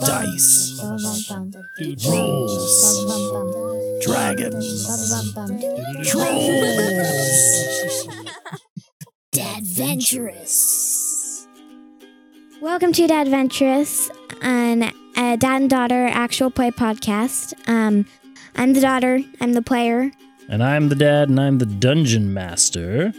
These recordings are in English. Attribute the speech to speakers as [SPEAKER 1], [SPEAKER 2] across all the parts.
[SPEAKER 1] Dice.
[SPEAKER 2] Rolls.
[SPEAKER 1] Dragons. Trolls.
[SPEAKER 2] Dadventurous.
[SPEAKER 3] Welcome to Dadventurous, an uh, dad and daughter actual play podcast. Um, I'm the daughter. I'm the player.
[SPEAKER 1] And I'm the dad, and I'm the dungeon master.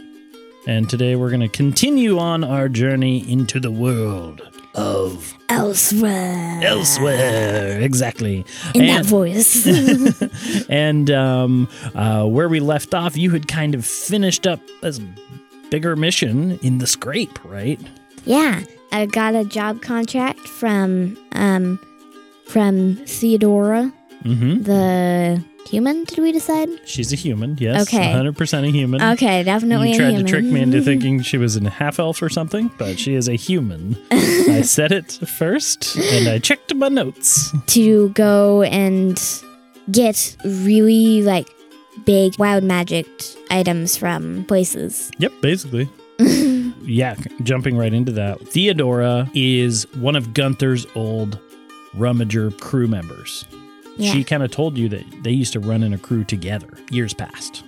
[SPEAKER 1] And today we're going to continue on our journey into the world of
[SPEAKER 3] Elsewhere.
[SPEAKER 1] elsewhere. Exactly.
[SPEAKER 3] In that
[SPEAKER 1] And-
[SPEAKER 3] voice.
[SPEAKER 1] and um, uh, where we left off, you had kind of finished up this bigger mission in the scrape, right?
[SPEAKER 3] yeah, I got a job contract from um, from Theodora,
[SPEAKER 1] Mm-hmm.
[SPEAKER 3] the human. Did we decide?
[SPEAKER 1] She's a human, yes.
[SPEAKER 3] Okay.
[SPEAKER 1] 100% a human.
[SPEAKER 3] Okay, definitely.
[SPEAKER 1] You
[SPEAKER 3] a
[SPEAKER 1] tried
[SPEAKER 3] human.
[SPEAKER 1] to trick me into thinking she was a half elf or something, but she is a human. I said it first, and I checked my notes.
[SPEAKER 3] to go and get really like big wild magic items from places.
[SPEAKER 1] Yep, basically. yeah, jumping right into that. Theodora is one of Gunther's old rummager crew members.
[SPEAKER 3] Yeah.
[SPEAKER 1] She kind of told you that they used to run in a crew together years past.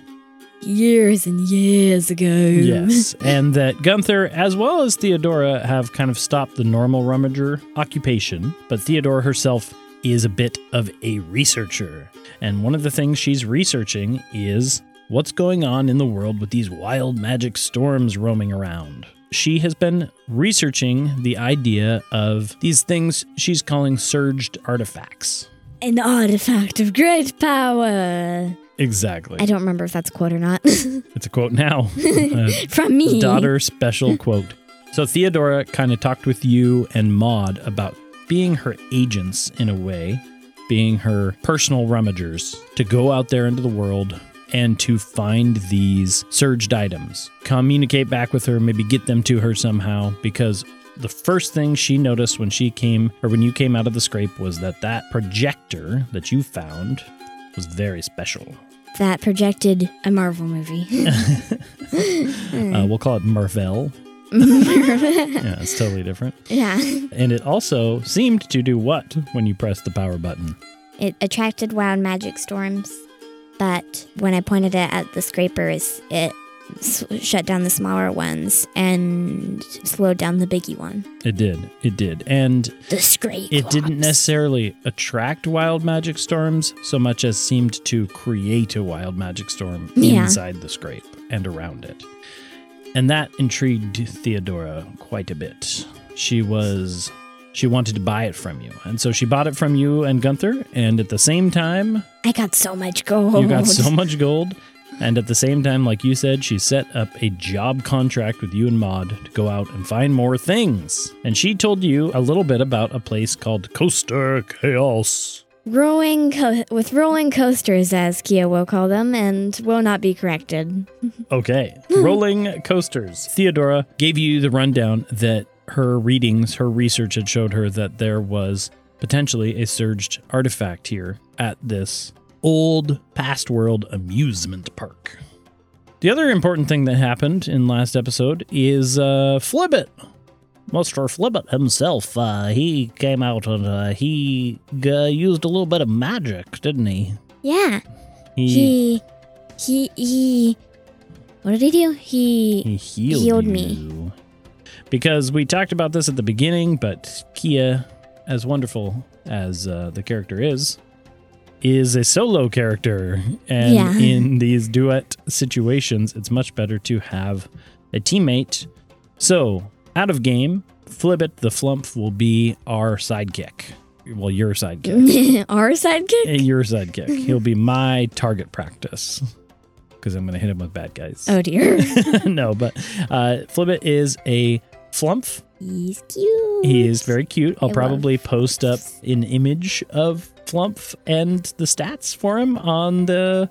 [SPEAKER 3] years and years ago.
[SPEAKER 1] Yes. and that Gunther, as well as Theodora, have kind of stopped the normal rummager occupation, but Theodora herself is a bit of a researcher. And one of the things she's researching is what's going on in the world with these wild magic storms roaming around. She has been researching the idea of these things she's calling surged artifacts.
[SPEAKER 3] An artifact of great power.
[SPEAKER 1] Exactly.
[SPEAKER 3] I don't remember if that's a quote or not.
[SPEAKER 1] It's a quote now. Uh,
[SPEAKER 3] from me.
[SPEAKER 1] daughter special quote. So Theodora kind of talked with you and Maud about being her agents in a way, being her personal rummagers to go out there into the world and to find these surged items. Communicate back with her, maybe get them to her somehow because the first thing she noticed when she came or when you came out of the scrape was that that projector that you found was very special.
[SPEAKER 3] That projected a Marvel movie.
[SPEAKER 1] Uh, we'll call it Marvel.
[SPEAKER 3] yeah.
[SPEAKER 1] Yeah, it's totally different. And it also seemed to do what when you pressed the power button?
[SPEAKER 3] It attracted wild magic storms, but when I pointed it at the scrapers, it s- shut down the smaller ones and slowed down the biggie one.
[SPEAKER 1] It did. It did. And
[SPEAKER 3] The scrape.
[SPEAKER 1] it didn't necessarily attract wild magic storms so much as seemed to create a wild magic storm
[SPEAKER 3] Yeah.
[SPEAKER 1] inside the scrape and around it. And that intrigued Theodora quite a bit. She was she wanted to buy it from you. And so she bought it from you and Gunther, and at the same time,
[SPEAKER 3] I got so much gold.
[SPEAKER 1] You got so much gold. And at the same time, like you said, she set up a job contract with you and Maud to go out and find more things. And she told you a little bit about a place called Coaster Chaos.
[SPEAKER 3] Rolling co- with rolling coasters, as Kia will call them, and will not be corrected.
[SPEAKER 1] Okay, Rolling Coasters. Theodora gave you the rundown that her readings, her research had showed her that there was potentially a surged artifact here at this old past world amusement park. The other important thing that happened in last episode is uh, Flibbit. Mr. Flibbit himself, uh, he came out and uh, he uh, used a little bit of magic, didn't he?
[SPEAKER 3] Yeah, he, he, he. What did he do? He.
[SPEAKER 1] He healed,
[SPEAKER 3] healed me.
[SPEAKER 1] you. Because we talked about this at the beginning, but Kia, as wonderful as uh, the character is, is a solo character. And
[SPEAKER 3] Yeah.
[SPEAKER 1] in these duet situations, it's much better to have a teammate. So, out of game, Flibbit the Flump will be our sidekick. Well, your sidekick.
[SPEAKER 3] Our sidekick.
[SPEAKER 1] Eh, your sidekick.
[SPEAKER 3] Mm-hmm.
[SPEAKER 1] He'll be my target practice because I'm going to hit him with bad guys.
[SPEAKER 3] Oh dear.
[SPEAKER 1] no, but uh, Flibbit is a flumph.
[SPEAKER 3] He's cute.
[SPEAKER 1] He is very cute. I'll
[SPEAKER 3] I
[SPEAKER 1] probably post up an image of Flumph and the stats for him on the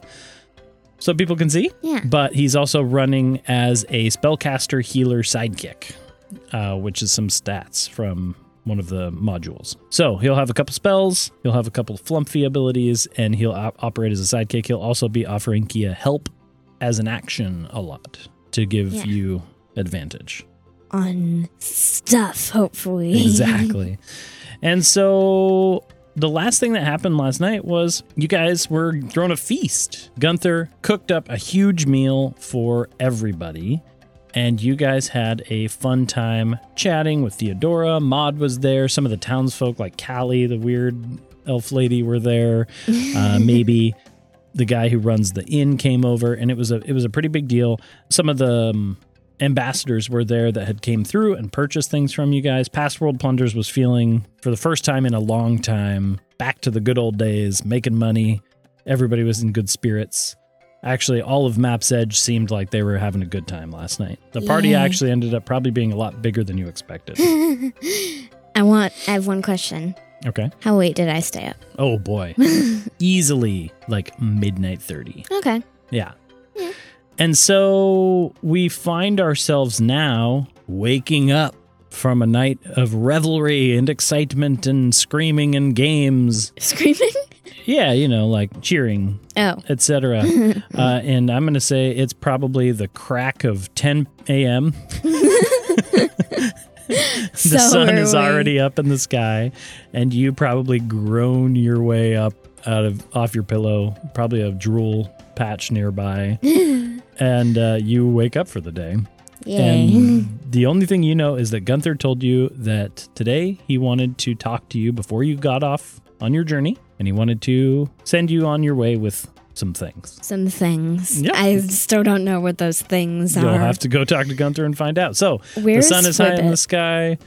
[SPEAKER 1] so people can see.
[SPEAKER 3] Yeah.
[SPEAKER 1] But he's also running as a spellcaster healer sidekick, uh, which is some stats from one of the modules. So he'll have a couple spells, he'll have a couple flumpy abilities, and he'll op- operate as a sidekick. He'll also be offering Kia help as an action a lot to give
[SPEAKER 3] Yeah.
[SPEAKER 1] you advantage.
[SPEAKER 3] on stuff, hopefully.
[SPEAKER 1] Exactly. and so the last thing that happened last night was you guys were thrown a feast. Gunther cooked up a huge meal for everybody. And you guys had a fun time chatting with Theodora. Maud was there. Some of the townsfolk, like Callie, the weird elf lady, were there. Uh, maybe the guy who runs the inn came over, and it was a it was a pretty big deal. Some of the um, ambassadors were there that had came through and purchased things from you guys. Past World Plunders was feeling for the first time in a long time back to the good old days, making money. Everybody was in good spirits. Actually, all of Map's Edge seemed like they were having a good time last night. The party
[SPEAKER 3] Yay.
[SPEAKER 1] actually ended up probably being a lot bigger than you expected.
[SPEAKER 3] I want. I have one question.
[SPEAKER 1] Okay.
[SPEAKER 3] How late did I stay up?
[SPEAKER 1] Oh boy. Easily like midnight 30.
[SPEAKER 3] okay.
[SPEAKER 1] Yeah.
[SPEAKER 3] Yeah.
[SPEAKER 1] And so we find ourselves now waking up from a night of revelry and excitement and screaming and games.
[SPEAKER 3] Screaming.
[SPEAKER 1] Yeah, you know, like cheering,
[SPEAKER 3] Oh.
[SPEAKER 1] etc. uh, and I'm going to say it's probably the crack of 10 a.m. The
[SPEAKER 3] So
[SPEAKER 1] sun is
[SPEAKER 3] early.
[SPEAKER 1] already up in the sky, and you probably groan your way up out of off your pillow, probably a drool patch nearby and uh, you wake up for the day.
[SPEAKER 3] Yay.
[SPEAKER 1] And the only thing you know is that Gunther told you that today he wanted to talk to you before you got off on your journey, and he wanted to send you on your way with some things.
[SPEAKER 3] Some things.
[SPEAKER 1] Yeah.
[SPEAKER 3] I still don't know what those things
[SPEAKER 1] You'll
[SPEAKER 3] are.
[SPEAKER 1] have to go talk to Gunther and find out. So
[SPEAKER 3] Where's
[SPEAKER 1] the sun is high in the
[SPEAKER 3] Flibbit?
[SPEAKER 1] sky.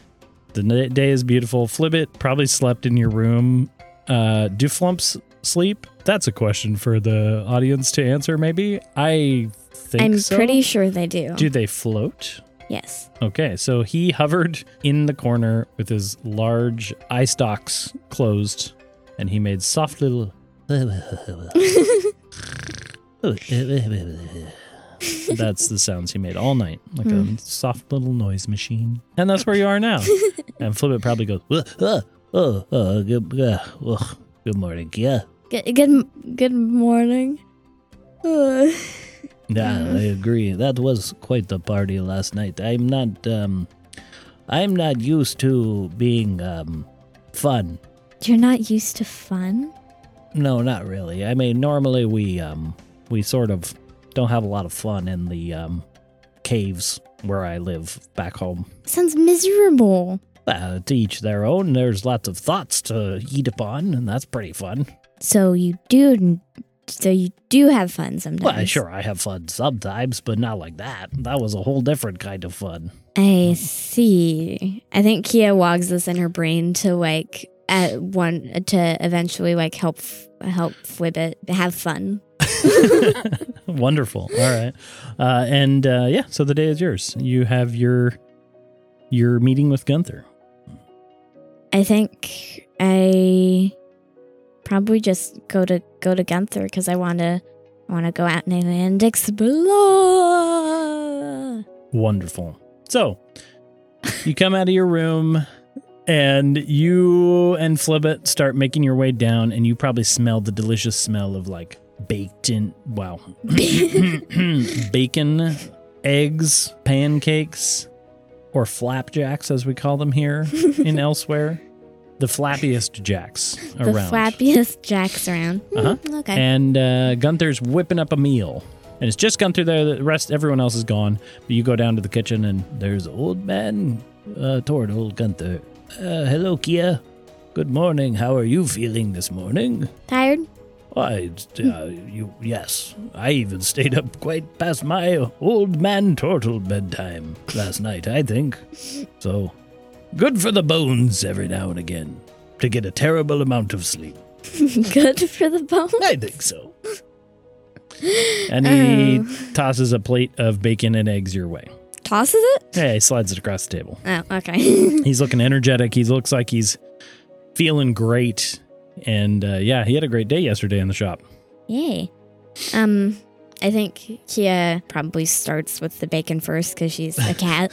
[SPEAKER 1] The na- day is beautiful. Flibbit probably slept in your room. Uh, do flumps sleep? That's a question for the audience to answer. Maybe I think
[SPEAKER 3] I'm
[SPEAKER 1] so.
[SPEAKER 3] pretty sure they do.
[SPEAKER 1] Do they float?
[SPEAKER 3] yes.
[SPEAKER 1] Okay, so he hovered in the corner with his large eye stalks closed, and he made soft little. That's the sounds he made all night, like a soft little noise machine. And that's where you are now. and Flippet probably goes, "Whoa, whoa, whoa, whoa, good, uh, whoa, good morning. Yeah.
[SPEAKER 3] Good. Good. Good morning. Ugh.
[SPEAKER 1] Yeah, I agree. That was quite the party last night. I'm not um I'm not used to being um fun.
[SPEAKER 3] You're not used to fun.
[SPEAKER 1] No, not really. I mean, normally we um we sort of don't have a lot of fun in the um caves where I live back home.
[SPEAKER 3] Sounds miserable.
[SPEAKER 1] Well, to each their own. There's lots of thoughts to eat upon, and that's pretty fun.
[SPEAKER 3] So you do. So you do have fun sometimes.
[SPEAKER 1] Well, sure, I have fun sometimes, but not like that. That was a whole different kind of fun.
[SPEAKER 3] I see. I think Kia wogs this in her brain to like at one to eventually like help f- help Flibbit have fun.
[SPEAKER 1] Wonderful. All right. Uh, and uh, yeah, so the day is yours. You have your your meeting with Gunther.
[SPEAKER 3] I think I probably just go to go to Gunther because I want to I want to go out and, and explore.
[SPEAKER 1] Wonderful. So you come out of your room and you and Flibbit start making your way down and you probably smell the delicious smell of like baked in wow. Bacon, eggs, pancakes, or flapjacks as we call them here in elsewhere. The flappiest jacks
[SPEAKER 3] The
[SPEAKER 1] around.
[SPEAKER 3] flappiest jacks around. Hmm,
[SPEAKER 1] Uh-huh.
[SPEAKER 3] okay.
[SPEAKER 1] and uh, Gunther's whipping up a meal. And it's just Gunther there. The rest, everyone else is gone. But you go down to the kitchen, and there's old man uh, toward old Gunther. Uh, hello, Kia. Good morning. How are you feeling this morning?
[SPEAKER 3] Tired?
[SPEAKER 1] Why, uh, you, yes. I even stayed up quite past my old man turtle bedtime last night, I think. So, good for the bones every now and again to get a terrible amount of sleep.
[SPEAKER 3] Good for the bone.
[SPEAKER 1] I think so. And he
[SPEAKER 3] Oh.
[SPEAKER 1] tosses a plate of bacon and eggs your way.
[SPEAKER 3] Tosses it?
[SPEAKER 1] Yeah, he slides it across the table.
[SPEAKER 3] Oh, okay.
[SPEAKER 1] He's looking energetic. He looks like he's feeling great. And uh, yeah, he had a great day yesterday in the shop.
[SPEAKER 3] Yay. Um, I think Kia probably starts with the bacon first because she's a cat.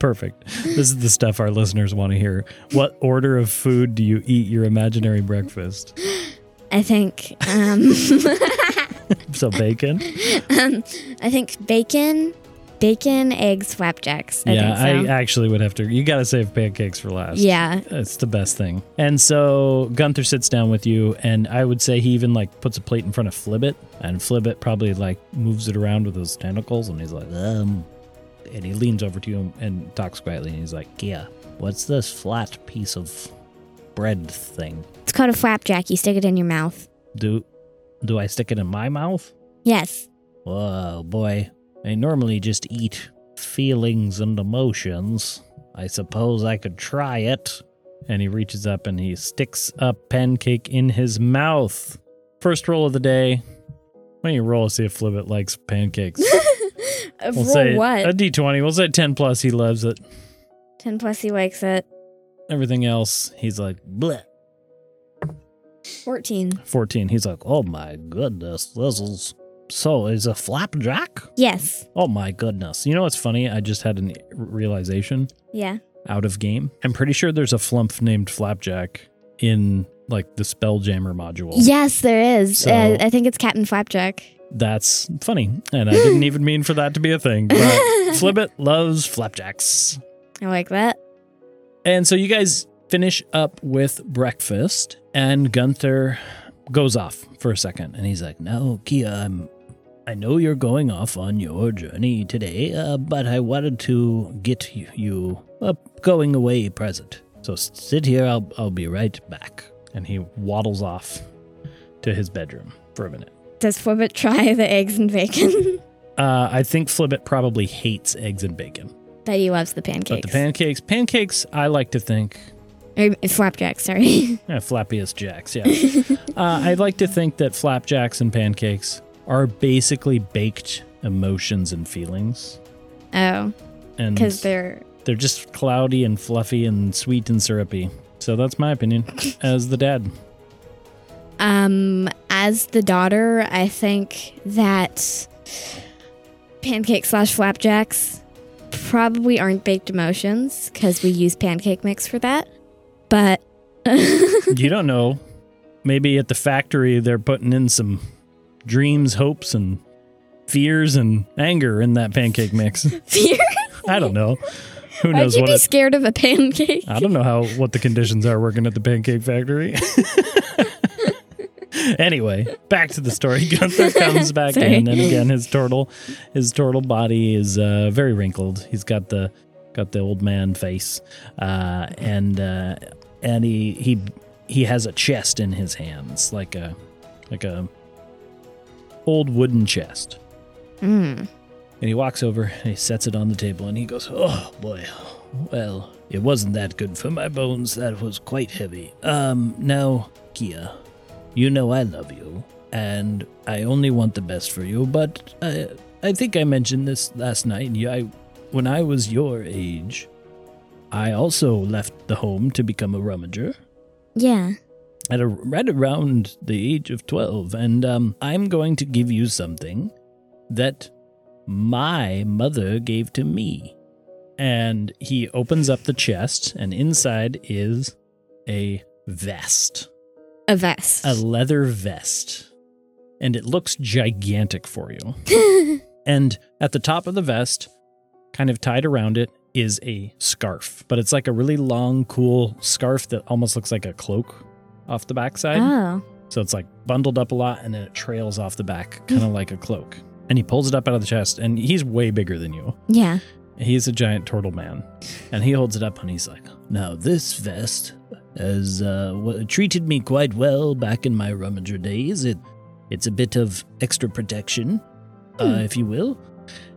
[SPEAKER 1] Perfect. This is the stuff our listeners want to hear. What order of food do you eat your imaginary breakfast?
[SPEAKER 3] I think. Um,
[SPEAKER 1] So bacon.
[SPEAKER 3] um, I think bacon, bacon, eggs, flapjacks. I
[SPEAKER 1] yeah,
[SPEAKER 3] think
[SPEAKER 1] I
[SPEAKER 3] so.
[SPEAKER 1] actually would have to. You got to save pancakes for last.
[SPEAKER 3] yeah,
[SPEAKER 1] It's the best thing. And so Gunther sits down with you, and I would say he even like puts a plate in front of Flibbit, and Flibbit probably like moves it around with his tentacles, and he's like, um, and he leans over to you and, and talks quietly, and he's like, yeah, what's this flat piece of bread thing?
[SPEAKER 3] it's called a flapjack. You stick it in your mouth.
[SPEAKER 1] Do, do I stick it in my mouth?
[SPEAKER 3] Yes.
[SPEAKER 1] Oh boy. I normally just eat feelings and emotions. I suppose I could try it. And he reaches up and he sticks a pancake in his mouth. First roll of the day. Why don't you roll to see if Flibbit likes pancakes?
[SPEAKER 3] Of
[SPEAKER 1] We'll
[SPEAKER 3] roll
[SPEAKER 1] say
[SPEAKER 3] Uh, what?
[SPEAKER 1] a d20. We'll say 10 plus. He loves it.
[SPEAKER 3] Ten plus he likes it.
[SPEAKER 1] Everything else, he's like, bleh.
[SPEAKER 3] Fourteen.
[SPEAKER 1] 14. He's like, oh my goodness, this is so. Is a flapjack?
[SPEAKER 3] Yes.
[SPEAKER 1] Oh my goodness. You know what's funny? I just had a realization.
[SPEAKER 3] Yeah.
[SPEAKER 1] out of game. I'm pretty sure there's a flump named Flapjack in like the Spelljammer module.
[SPEAKER 3] Yes, there is.
[SPEAKER 1] So-
[SPEAKER 3] uh, I think it's Captain Flapjack.
[SPEAKER 1] That's funny. And I didn't even mean for that to be a thing. But Flibbit loves flapjacks.
[SPEAKER 3] I like that.
[SPEAKER 1] And so you guys finish up with breakfast, and Gunther goes off for a second, and he's like, "No, Kia, I'm. I know you're going off on your journey today, uh, but I wanted to get y- you a going away present. So s- sit here. I'll I'll be right back." And he waddles off to his bedroom for a minute.
[SPEAKER 3] Does Flibbit try the eggs and bacon?
[SPEAKER 1] Uh, I think Flibbit probably hates eggs and bacon,
[SPEAKER 3] but he loves the
[SPEAKER 1] but the
[SPEAKER 3] pancakes.
[SPEAKER 1] pancakes, pancakes, I like to think
[SPEAKER 3] Or, uh, flapjack, sorry.
[SPEAKER 1] Yeah, flappiest jacks, yeah. uh, I like to think that flapjacks and pancakes are basically baked emotions and feelings.
[SPEAKER 3] oh,
[SPEAKER 1] And
[SPEAKER 3] because they're
[SPEAKER 1] they're just cloudy and fluffy and sweet and syrupy. So that's my opinion as the dad.
[SPEAKER 3] Um, as the daughter, I think that pancake slash flapjacks probably aren't baked emotions because we use pancake mix for that. But
[SPEAKER 1] you don't know. Maybe at the factory, they're putting in some dreams, hopes, and fears and anger in that pancake mix.
[SPEAKER 3] fear?
[SPEAKER 1] I don't know. Who
[SPEAKER 3] Why'd
[SPEAKER 1] knows
[SPEAKER 3] you
[SPEAKER 1] what
[SPEAKER 3] be
[SPEAKER 1] it,
[SPEAKER 3] scared of Uh, a pancake?
[SPEAKER 1] I don't know how what the conditions are working at the pancake factory. anyway, back to the story. Gunther comes back
[SPEAKER 3] Sorry.
[SPEAKER 1] in, and again his turtle, his turtle body is uh, very wrinkled. He's got the got the old man face, uh, and uh, and he he he has a chest in his hands, like a like a old wooden chest.
[SPEAKER 3] Mm.
[SPEAKER 1] And he walks over and he sets it on the table and he goes, Oh boy. Well, it wasn't that good for my bones. That was quite heavy. Um, now, Kia, you know I love you and I only want the best for you, but I, I think I mentioned this last night. Yeah, I, when I was your age, I also left the home to become a rummager
[SPEAKER 3] Yeah.
[SPEAKER 1] at a, right around the age of 12 and um, i'm going to give you something that my mother gave to me and he opens up the chest and inside is a vest
[SPEAKER 3] A vest.
[SPEAKER 1] a leather vest and it looks gigantic for you and at the top of the vest, kind of tied around it, is a scarf. But it's like a really long, cool scarf that almost looks like a cloak off the backside.
[SPEAKER 3] oh.
[SPEAKER 1] So it's like bundled up a lot and then it trails off the back, kind of like a cloak. And he pulls it up out of the chest, and he's way bigger than you.
[SPEAKER 3] Yeah.
[SPEAKER 1] He's a giant turtle man, and he holds it up and he's like, "Now this vest has uh, w- treated me quite well back in my rummager days. It, it's a bit of extra protection, uh, if you will.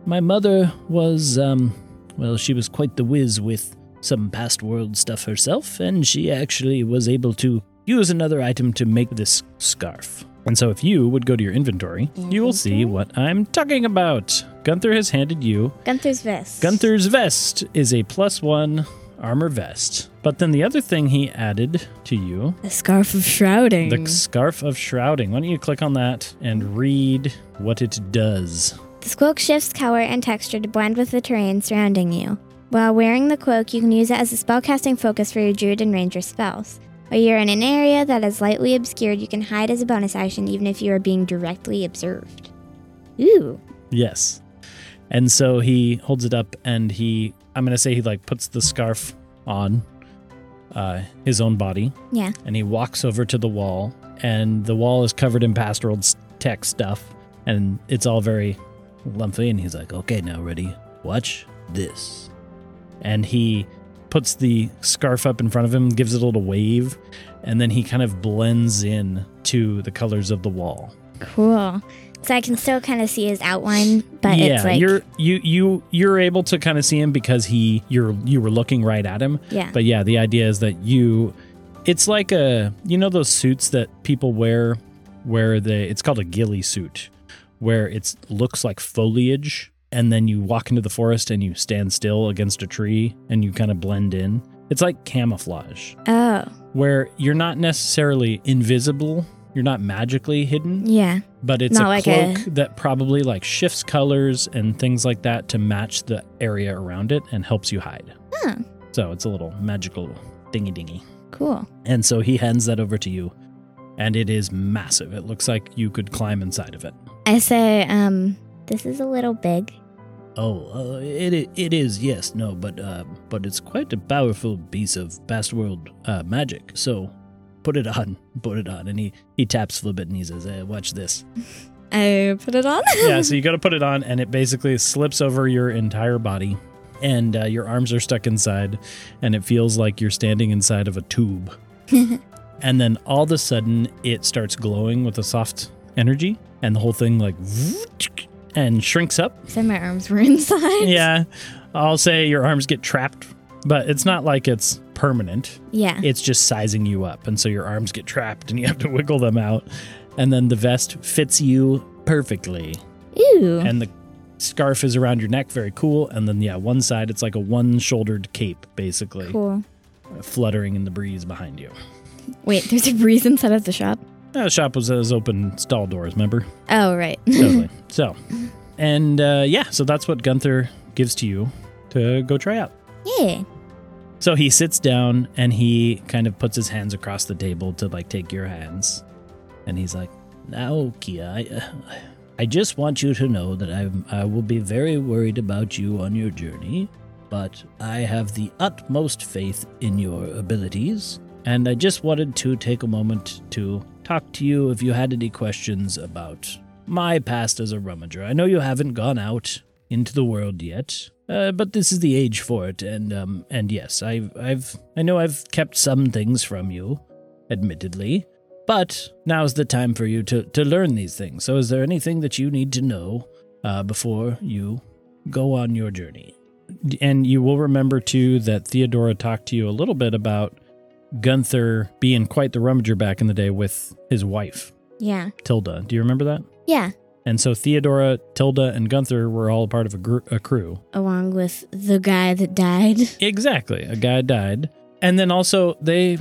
[SPEAKER 1] My mother was, um, well, she was quite the whiz with some past world stuff herself, and she actually was able to use another item to make this scarf." And so, if you would go to your inventory, you will see what I'm talking about. Gunther has handed you
[SPEAKER 3] Gunther's vest.
[SPEAKER 1] Gunther's vest is a plus one armor vest. But then the other thing he added to you,
[SPEAKER 3] A scarf of shrouding.
[SPEAKER 1] the scarf of shrouding. Why don't you click on that and read what it does?
[SPEAKER 3] This cloak shifts color and texture to blend with the terrain surrounding you. While wearing the cloak, you can use it as a spellcasting focus for your druid and ranger spells.
[SPEAKER 4] While you're in an area that is lightly obscured, you can hide as a bonus action even if you are being directly observed. Ooh.
[SPEAKER 1] Yes. And so he holds it up and he I'm gonna say he like puts the scarf on uh his own body.
[SPEAKER 4] Yeah.
[SPEAKER 1] And he walks over to the wall and the wall is covered in pastoral s- tech stuff and it's all very lumpy and he's like, Okay now ready, watch this. And he puts the scarf up in front of him, gives it a little wave, and then he kind of blends in to the colors of the wall.
[SPEAKER 4] Cool. So I can still kind of see his outline, but
[SPEAKER 1] yeah,
[SPEAKER 4] it's like
[SPEAKER 1] you're you you you're able to kind of see him because he you're you were looking right at him.
[SPEAKER 4] yeah,
[SPEAKER 1] But yeah, the idea is that you it's like a you know those suits that people wear where they it's called a ghillie suit where it looks like foliage and then you walk into the forest and you stand still against a tree and you kind of blend in. It's like camouflage
[SPEAKER 4] oh
[SPEAKER 1] where you're not necessarily invisible, you're not magically hidden
[SPEAKER 4] yeah,
[SPEAKER 1] but it's
[SPEAKER 4] Not
[SPEAKER 1] a
[SPEAKER 4] like a-
[SPEAKER 1] cloak that probably like shifts colors and things like that to match the area around it and helps you hide.
[SPEAKER 4] Huh.
[SPEAKER 1] So it's a little magical dingy dingy.
[SPEAKER 4] cool.
[SPEAKER 1] And so he hands that over to you, and it is massive. It looks like you could climb inside of it.
[SPEAKER 4] I say, um, this is a little big.
[SPEAKER 1] Oh, uh, it i- it is yes, no, but uh, but it's quite a powerful piece of past world uh, magic. So put it on, put it on, and he he taps Flibbit and he says, hey, "Watch this."
[SPEAKER 3] I put it on.
[SPEAKER 1] yeah, so you got to put it on, and it basically slips over your entire body, and uh, your arms are stuck inside, and it feels like you're standing inside of a tube. and then all of a sudden, it starts glowing with a soft energy, and the whole thing like and shrinks up.
[SPEAKER 3] So my arms were inside.
[SPEAKER 1] Yeah, I'll say your arms get trapped, but it's not like it's permanent
[SPEAKER 3] Uh.
[SPEAKER 4] Yeah.
[SPEAKER 1] it's just sizing you up and so your arms get trapped and you have to wiggle them out and then the vest fits you perfectly
[SPEAKER 4] Ooh.
[SPEAKER 1] and the scarf is around your neck very cool and then yeah one side it's like a one-shouldered cape basically
[SPEAKER 4] Cool.
[SPEAKER 1] fluttering in the breeze behind you
[SPEAKER 3] Wait, there's a breeze inside of the shop.
[SPEAKER 1] Now, the shop was those open stall doors remember
[SPEAKER 3] Oh right.
[SPEAKER 1] totally so and uh, yeah so that's what gunther gives to you to go try out
[SPEAKER 4] Yeah.
[SPEAKER 1] So he sits down and he kind of puts his hands across the table to like take your hands. And he's like, Now, Kia, I, uh, I just want you to know that I'm, I will be very worried about you on your journey, but I have the utmost faith in your abilities. And I just wanted to take a moment to talk to you if you had any questions about my past as a rummager. I know you haven't gone out into the world yet, uh, but this is the age for it. And um, and yes, I've I've I know I've kept some things from you, admittedly, but now's the time for you to to learn these things. So, is there anything that you need to know uh, before you go on your journey? And you will remember too that Theodora talked to you a little bit about Gunther being quite the rummager back in the day with his wife
[SPEAKER 4] Yeah.
[SPEAKER 1] Tilda. Do you remember that?
[SPEAKER 4] Yeah.
[SPEAKER 1] And so Theodora, Tilda, and Gunther were all part of a, gr- a crew.
[SPEAKER 3] Along with the guy that died.
[SPEAKER 1] Exactly. A guy died. And then also, they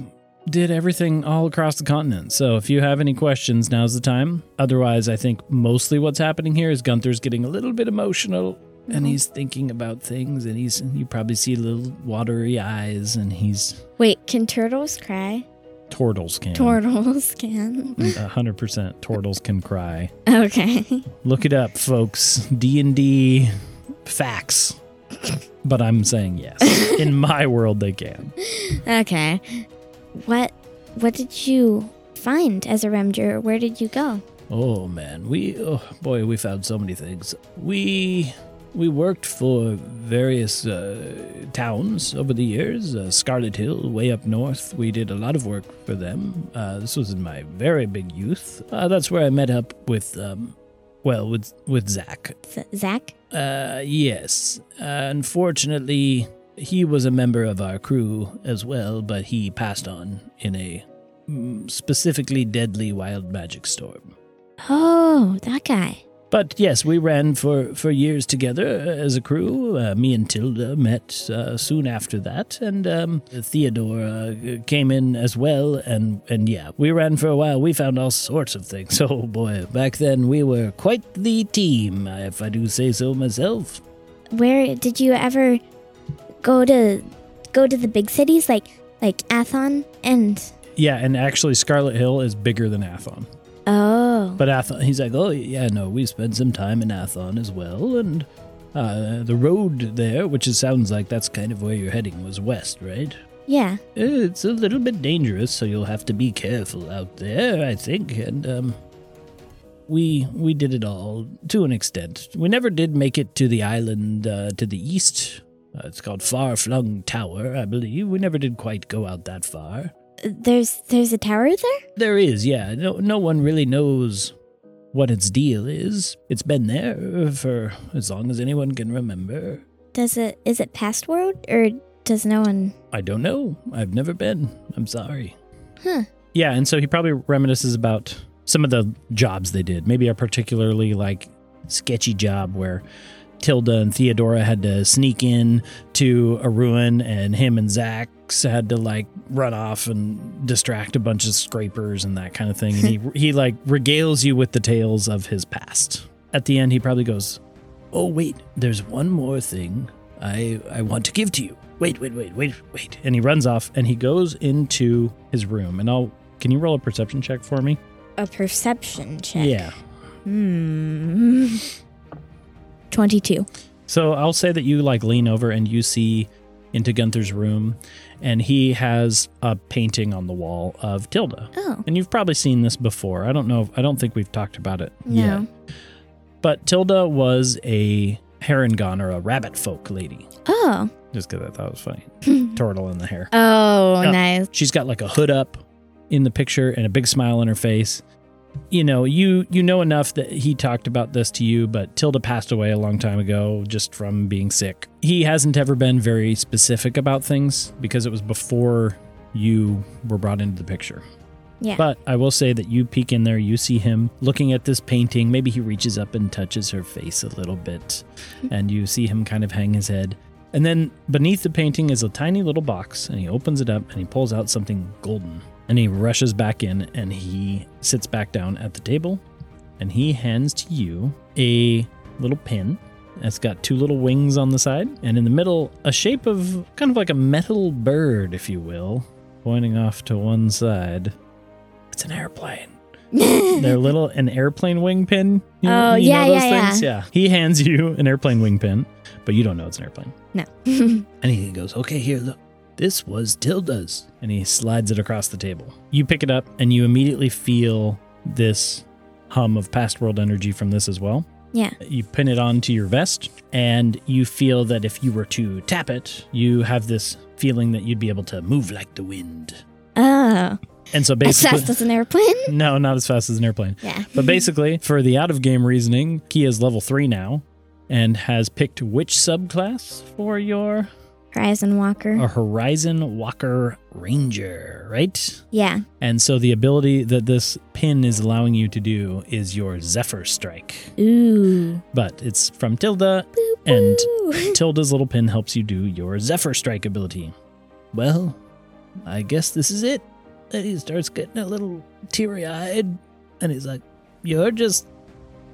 [SPEAKER 1] did everything all across the continent. So if you have any questions, now's the time. Otherwise, I think mostly what's happening here is Gunther's getting a little bit emotional and he's thinking about things and he's, you probably see little watery eyes and he's
[SPEAKER 3] Wait,
[SPEAKER 4] Can turtles cry?
[SPEAKER 1] turtles can.
[SPEAKER 3] turtles can.
[SPEAKER 1] 100% turtles can cry.
[SPEAKER 3] Okay.
[SPEAKER 1] Look it up, folks. D and D facts. But I'm saying yes. In my world, they can.
[SPEAKER 3] Okay.
[SPEAKER 4] What What did you find as a remger? Where did you go?
[SPEAKER 1] Oh man, we oh boy, we found so many things. We we worked for various uh, towns over the years. Uh, Scarlet Hill, way up north, we did a lot of work for them. Uh, this was in my very big youth. Uh, that's where I met up with, um, well, with with Zach.
[SPEAKER 4] Z- Zach?
[SPEAKER 1] Uh, yes. Uh, unfortunately, he was a member of our crew as well, but he passed on in a mm, specifically deadly wild magic storm.
[SPEAKER 4] Oh, that guy.
[SPEAKER 1] But yes, we ran for, for years together as a crew. Uh, me and Tilda met uh, soon after that, and um, Theodore uh, came in as well. And, and yeah, we ran for a while. We found all sorts of things. Oh boy, back then we were quite the team, if I do say so myself.
[SPEAKER 4] Where did you ever go to go to the big cities like like Athon and
[SPEAKER 1] Yeah, and actually, Scarlet Hill is bigger than Athon.
[SPEAKER 4] Oh.
[SPEAKER 1] But Athon, he's like, oh yeah, no, we spent some time in Athon as well, and uh, the road there, which it sounds like that's kind of where you're heading, was west, right?
[SPEAKER 4] yeah.
[SPEAKER 1] It's a little bit dangerous, so you'll have to be careful out there, I think. And um, we we did it all to an extent. We never did make it to the island uh, to the east. Uh, it's called Far Flung Tower, I believe. We never did quite go out that far.
[SPEAKER 4] There's there's a tower there?
[SPEAKER 1] There is, yeah. No, no one really knows what its deal is. It's been there for as long as anyone can remember.
[SPEAKER 4] Does it is it past world or does no one
[SPEAKER 1] I don't know. I've never been. I'm sorry.
[SPEAKER 4] Huh.
[SPEAKER 1] Yeah, and so he probably reminisces about some of the jobs they did. Maybe a particularly like sketchy job where Tilda and Theodora had to sneak in to a ruin and him and Zax had to like run off and distract a bunch of scrapers and that kind of thing. And he he like regales you with the tales of his past. At the end he probably goes, "Oh wait, there's one more thing I I want to give to you. Wait, wait, wait, wait, wait." And he runs off and he goes into his room. And I'll can you roll a perception check for me?
[SPEAKER 4] a perception check?
[SPEAKER 1] Yeah.
[SPEAKER 4] Hmm. Twenty two.
[SPEAKER 1] So I'll say that you like lean over and you see into Gunther's room, and he has a painting on the wall of Tilda.
[SPEAKER 4] Oh.
[SPEAKER 1] And you've probably seen this before. I don't know. I don't think we've talked about it
[SPEAKER 4] No.
[SPEAKER 1] yet. But Tilda was a herongon or a rabbit folk lady.
[SPEAKER 4] Oh.
[SPEAKER 1] Just because I thought it was funny. Turtle in the hair.
[SPEAKER 4] Oh,
[SPEAKER 1] Yeah.
[SPEAKER 4] nice.
[SPEAKER 1] She's got like a hood up in the picture and a big smile on her face. You know, you you know enough that he talked about this to you, but Tilda passed away a long time ago just from being sick. He hasn't ever been very specific about things because it was before you were brought into the picture.
[SPEAKER 4] Yeah.
[SPEAKER 1] But I will say that you peek in there, you see him looking at this painting. Maybe he reaches up and touches her face a little bit, and you see him kind of hang his head. And then beneath the painting is a tiny little box, and he opens it up and he pulls out something golden. And he rushes back in and he sits back down at the table and he hands to you a little pin. It's got two little wings on the side, and in the middle, a shape of kind of like a metal bird, if you will, pointing off to one side. It's an airplane. They're little an airplane wing pin. You,
[SPEAKER 4] Oh,
[SPEAKER 1] you
[SPEAKER 4] yeah,
[SPEAKER 1] know those
[SPEAKER 4] yeah,
[SPEAKER 1] things? Yeah. He hands you an airplane wing pin, but you don't know it's an airplane.
[SPEAKER 4] No.
[SPEAKER 1] And he goes, Okay, here, look. This was Tilda's. And he slides it across the table. You pick it up and you immediately feel this hum of past world energy from this as well.
[SPEAKER 4] Yeah.
[SPEAKER 1] You pin it onto your vest and you feel that if you were to tap it, you have this feeling that you'd be able to move like the wind.
[SPEAKER 4] Oh.
[SPEAKER 1] And so
[SPEAKER 4] As
[SPEAKER 1] basically.
[SPEAKER 4] fast as an airplane?
[SPEAKER 1] no, not as fast as an airplane.
[SPEAKER 4] Yeah.
[SPEAKER 1] But basically, for the out of game reasoning, Kia is level three now and has picked which subclass for your
[SPEAKER 4] Horizon Walker.
[SPEAKER 1] a Horizon Walker Ranger, right?
[SPEAKER 4] Yeah.
[SPEAKER 1] And so the ability that this pin is allowing you to do is your Zephyr Strike,
[SPEAKER 4] Ooh.
[SPEAKER 1] but it's from Tilda, and
[SPEAKER 4] Ooh.
[SPEAKER 1] Tilda's little pin helps you do your Zephyr Strike ability. Well, I guess this is it. And he starts getting a little teary eyed, and he's like, You're just,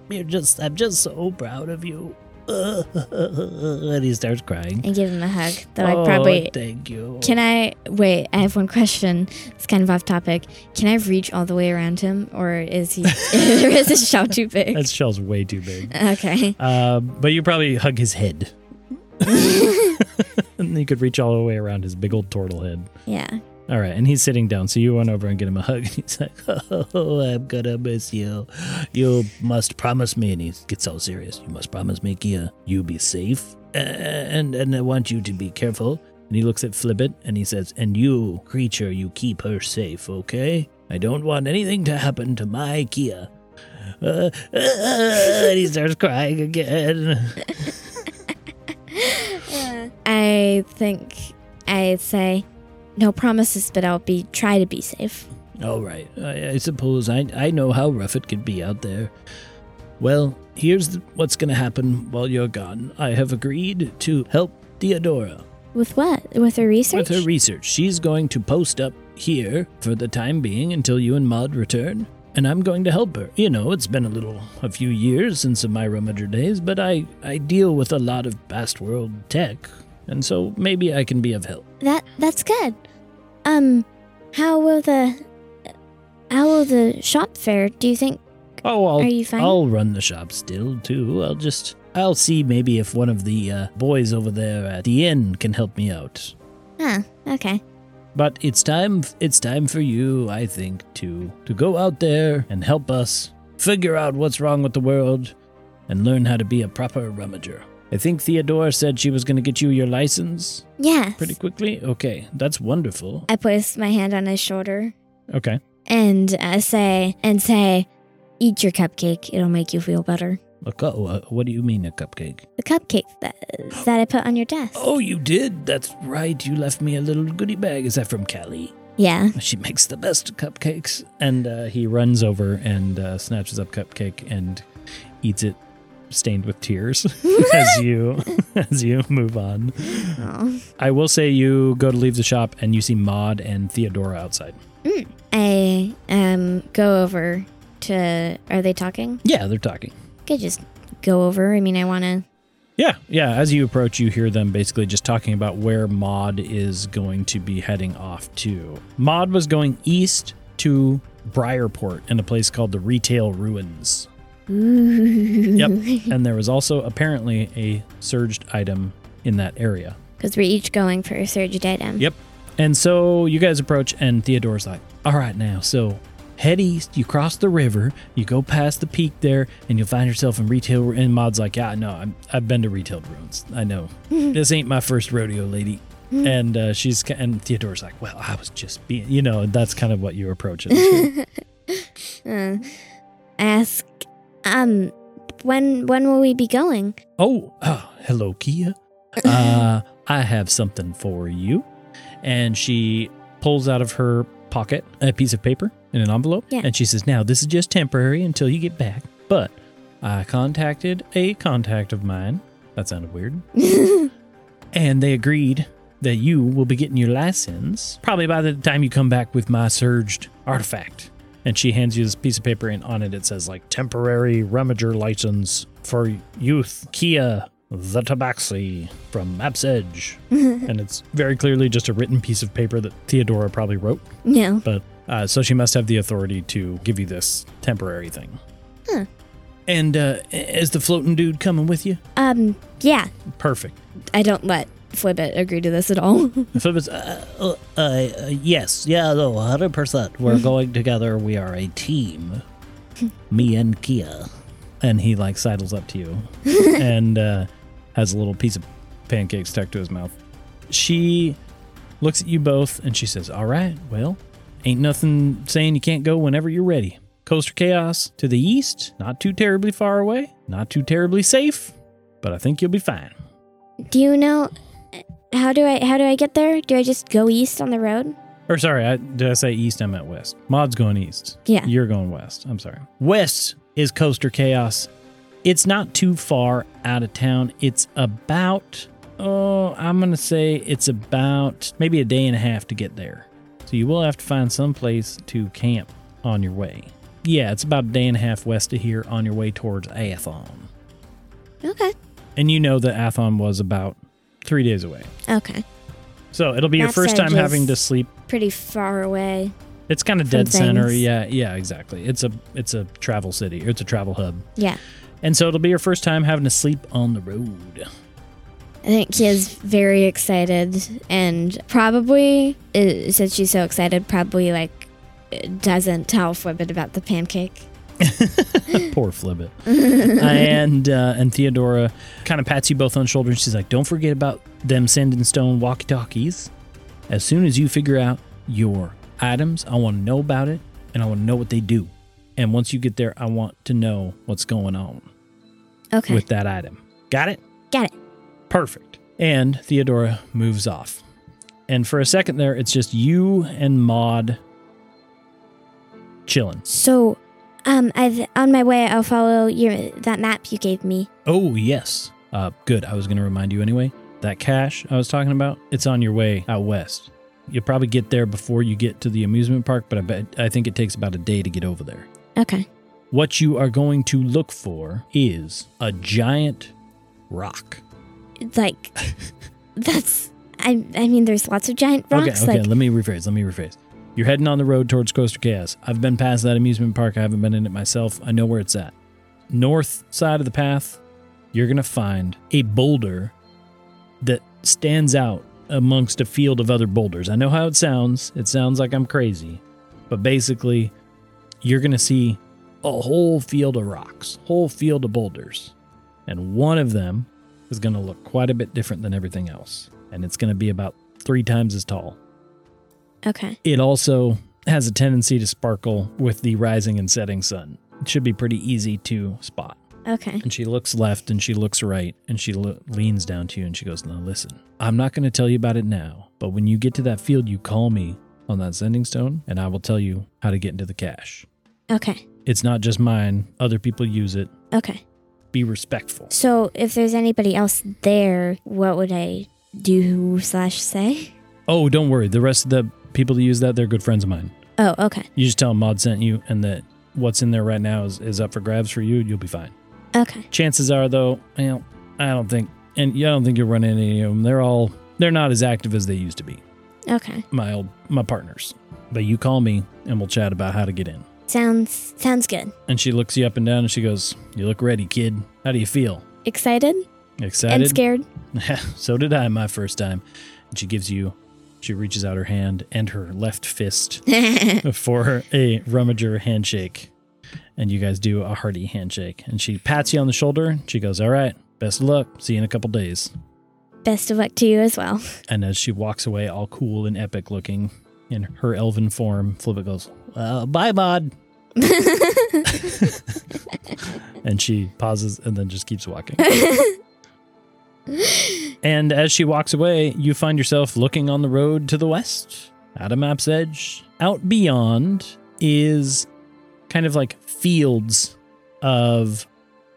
[SPEAKER 1] you're just, I'm just so proud of you. and he starts crying.
[SPEAKER 4] And give him a hug. Though
[SPEAKER 1] oh,
[SPEAKER 4] I probably
[SPEAKER 1] thank you.
[SPEAKER 3] Can I wait? I have one question. It's kind of off topic. Can I reach all the way around him, or is he? or is his shell too big?
[SPEAKER 1] That shell's way too big.
[SPEAKER 3] okay.
[SPEAKER 1] Uh, but you probably hug his head. and you could reach all the way around his big old turtle head.
[SPEAKER 4] Yeah.
[SPEAKER 1] All right, and he's sitting down, so you run over and get him a hug. He's like, "Oh, I'm gonna miss you. You must promise me." And he gets all serious. You must promise me, Kia. You be safe, and and I want you to be careful. And he looks at Flibbit and he says, "And you, creature, you keep her safe, okay? I don't want anything to happen to my Kia." Uh, uh, and he starts crying again.
[SPEAKER 3] I think I'd say no promises, but I'll be try to be safe.
[SPEAKER 1] All right. I, I suppose I, I know how rough it could be out there. Well, here's th- what's going to happen while you're gone. I have agreed to help Theodora
[SPEAKER 4] With what? With her research?
[SPEAKER 1] with her research. She's going to post up here for the time being until you and Maud return, and I'm going to help her. You know, it's been a little, a few years since my rummager days, but I, I deal with a lot of past world tech, and so maybe I can be of help.
[SPEAKER 4] that that's good. Um
[SPEAKER 3] How will the how will the shop fare? Do you think?
[SPEAKER 1] Oh, I'll
[SPEAKER 3] Are you fine?
[SPEAKER 1] I'll run the shop still too. I'll just I'll see maybe if one of the uh, boys over there at the inn can help me out.
[SPEAKER 3] Huh. Okay.
[SPEAKER 1] But it's time it's time for you, I think, to to go out there and help us figure out what's wrong with the world and learn how to be a proper rummager. I think Theodora said she was going to get you your license
[SPEAKER 3] Yes.
[SPEAKER 1] pretty quickly. Okay, that's wonderful.
[SPEAKER 3] I place my hand on his shoulder
[SPEAKER 1] Okay.
[SPEAKER 3] and uh, say and say, "Eat your cupcake. It'll make you feel better."
[SPEAKER 1] A cu- uh, what do you mean a cupcake?
[SPEAKER 3] The cupcake that that I put on your desk.
[SPEAKER 1] Oh, you did. That's right. You left me a little goodie bag. Is that from Callie?
[SPEAKER 3] Yeah.
[SPEAKER 1] She makes the best cupcakes. And uh, he runs over and uh, snatches up cupcake and eats it, stained with tears, as you as you move on.
[SPEAKER 3] Aw.
[SPEAKER 1] I will say you go to leave the shop and you see Maud and Theodora outside.
[SPEAKER 3] I um go over to. Are they talking?
[SPEAKER 1] Yeah, they're talking.
[SPEAKER 3] Could just go over. I mean, I want to.
[SPEAKER 1] Yeah, yeah. As you approach, you hear them basically just talking about where Maud is going to be heading off to. Maud was going east to Briarport in a place called the Retail Ruins. Yep. and there was also apparently a surged item in that area.
[SPEAKER 3] Because we're each going for a surge item.
[SPEAKER 1] Yep. And so you guys approach, and Theodore's like, all right, now, so head east, you cross the river, you go past the peak there, and you'll find yourself in retail. And Maud's like, yeah, no, I'm, I've been to retail ruins. I know. this ain't my first rodeo, lady. and uh, she's, ki- and Theodore's like, well, I was just being, you know, and that's kind of what you approach it.
[SPEAKER 3] Uh, ask, um, when when will we be going?
[SPEAKER 1] oh, oh, hello, Kia. Uh, I have something for you. And she pulls out of her pocket a piece of paper in an envelope.
[SPEAKER 3] Yeah.
[SPEAKER 1] And she says, Now, this is just temporary until you get back. But I contacted a contact of mine. That sounded weird. and they agreed that you will be getting your license probably by the time you come back with my surged artifact. And she hands you this piece of paper, and on it it says, like, temporary rummager license for youth Kia the Tabaxi from Map's Edge. and it's very clearly just a written piece of paper that Theodora probably wrote,
[SPEAKER 3] No.
[SPEAKER 1] but uh, so she must have the authority to give you this temporary thing.
[SPEAKER 3] Huh.
[SPEAKER 1] And uh, is the floating dude coming with you?
[SPEAKER 3] Um, yeah.
[SPEAKER 1] Perfect.
[SPEAKER 3] I don't let Flibbit agree to this at all.
[SPEAKER 1] Philippa's, uh, uh, uh, uh, yes, yeah, no, 100%. We're going together. We are a team. Me and Kia. And he, like, sidles up to you and uh, has a little piece of pancake stuck to his mouth. She looks at you both and she says, All right, well, ain't nothing saying you can't go whenever you're ready. Coaster Chaos to the east, not too terribly far away, not too terribly safe, but I think you'll be fine.
[SPEAKER 3] do you know how do I how do I get there? Do I just go east on the road?
[SPEAKER 1] Or sorry, I, did I say east? I meant west. Mod's going east.
[SPEAKER 3] Yeah.
[SPEAKER 1] You're going west. I'm sorry. West is Coaster Chaos. It's not too far out of town. It's about, oh, I'm going to say it's about maybe a day and a half to get there. So you will have to find some place to camp on your way. Yeah, it's about a day and a half west of here on your way towards Athon.
[SPEAKER 3] Okay.
[SPEAKER 1] And you know that Athon was about three days away.
[SPEAKER 3] Okay.
[SPEAKER 1] So it'll be your
[SPEAKER 3] That's
[SPEAKER 1] first time
[SPEAKER 3] edges.
[SPEAKER 1] having to sleep
[SPEAKER 3] Pretty far away.
[SPEAKER 1] It's kind of dead center.
[SPEAKER 3] things.
[SPEAKER 1] Yeah, yeah, exactly. It's a it's a travel city. Or it's a travel hub.
[SPEAKER 3] Yeah.
[SPEAKER 1] And so it'll be your first time having to sleep on the road.
[SPEAKER 3] I think she is very excited and probably uh, since she's so excited, probably like doesn't tell Flibbit about the pancake.
[SPEAKER 1] Poor Flibbit. and uh, and Theodora kind of pats you both on the shoulder and she's like, "Don't forget about them sending stone walkie-talkies. As soon as you figure out your items, I want to know about it and I want to know what they do. And once you get there, I want to know what's going on."
[SPEAKER 3] Okay.
[SPEAKER 1] with that item. Got it?
[SPEAKER 3] Got it.
[SPEAKER 1] Perfect. And Theodora moves off. And for a second there, it's just you and Maud chilling.
[SPEAKER 3] So, um, I've on my way. I'll follow your that map you gave me.
[SPEAKER 1] Oh, yes. Uh, good. I was going to remind you anyway. That cache I was talking about, it's on your way out west. You'll probably get there before you get to the amusement park, but I bet I think it takes about a day to get over there.
[SPEAKER 3] Okay.
[SPEAKER 1] What you are going to look for is a giant rock.
[SPEAKER 3] Like, that's. I. I mean, there's lots of giant rocks.
[SPEAKER 1] okay, okay,
[SPEAKER 3] like,
[SPEAKER 1] let me rephrase. Let me rephrase. You're heading on the road towards Coaster Chaos. I've been past that amusement park. I haven't been in it myself. I know where it's at. North side of the path, you're going to find a boulder that stands out amongst a field of other boulders. I know how it sounds. It sounds like I'm crazy. But basically, you're going to see a whole field of rocks, whole field of boulders. And one of them is going to look quite a bit different than everything else. And it's going to be about three times as tall.
[SPEAKER 4] Okay.
[SPEAKER 1] It also has a tendency to sparkle with the rising and setting sun. It should be pretty easy to spot.
[SPEAKER 4] Okay.
[SPEAKER 1] And she looks left and she looks right and she lo- leans down to you and she goes, Now listen, I'm not going to tell you about it now, but when you get to that field, you call me on that sending stone and I will tell you how to get into the cache.
[SPEAKER 4] Okay.
[SPEAKER 1] It's not just mine, other people use it.
[SPEAKER 4] Okay.
[SPEAKER 1] Be respectful.
[SPEAKER 4] So if there's anybody else there, what would I do slash say?
[SPEAKER 1] Oh, don't worry. The rest of the people that use that, they're good friends of mine.
[SPEAKER 4] Oh, okay.
[SPEAKER 1] You just tell them Maud sent you and that what's in there right now is, is up for grabs for you. You'll be fine.
[SPEAKER 4] Okay.
[SPEAKER 1] chances are though you know, i don't think and yeah, i don't think you'll run into any of them they're all they're not as active as they used to be
[SPEAKER 4] Okay.
[SPEAKER 1] my old my partners but you call me and we'll chat about how to get in
[SPEAKER 4] Sounds sounds good.
[SPEAKER 1] and she looks you up and down and she goes you look ready kid how do you feel
[SPEAKER 3] Excited
[SPEAKER 1] excited
[SPEAKER 4] and scared.
[SPEAKER 1] so did i my first time and she gives you she reaches out her hand and her left fist for a rummager handshake. And you guys do a hearty handshake. And she pats you on the shoulder. She goes, All right, best of luck. See you in a couple days.
[SPEAKER 4] Best of luck to you as well.
[SPEAKER 1] And as she walks away, all cool and epic looking in her elven form, Flippet goes, uh, Bye, Bod. and she pauses and then just keeps walking. and as she walks away, you find yourself looking on the road to the west, at a map's edge. Out beyond is kind of like fields of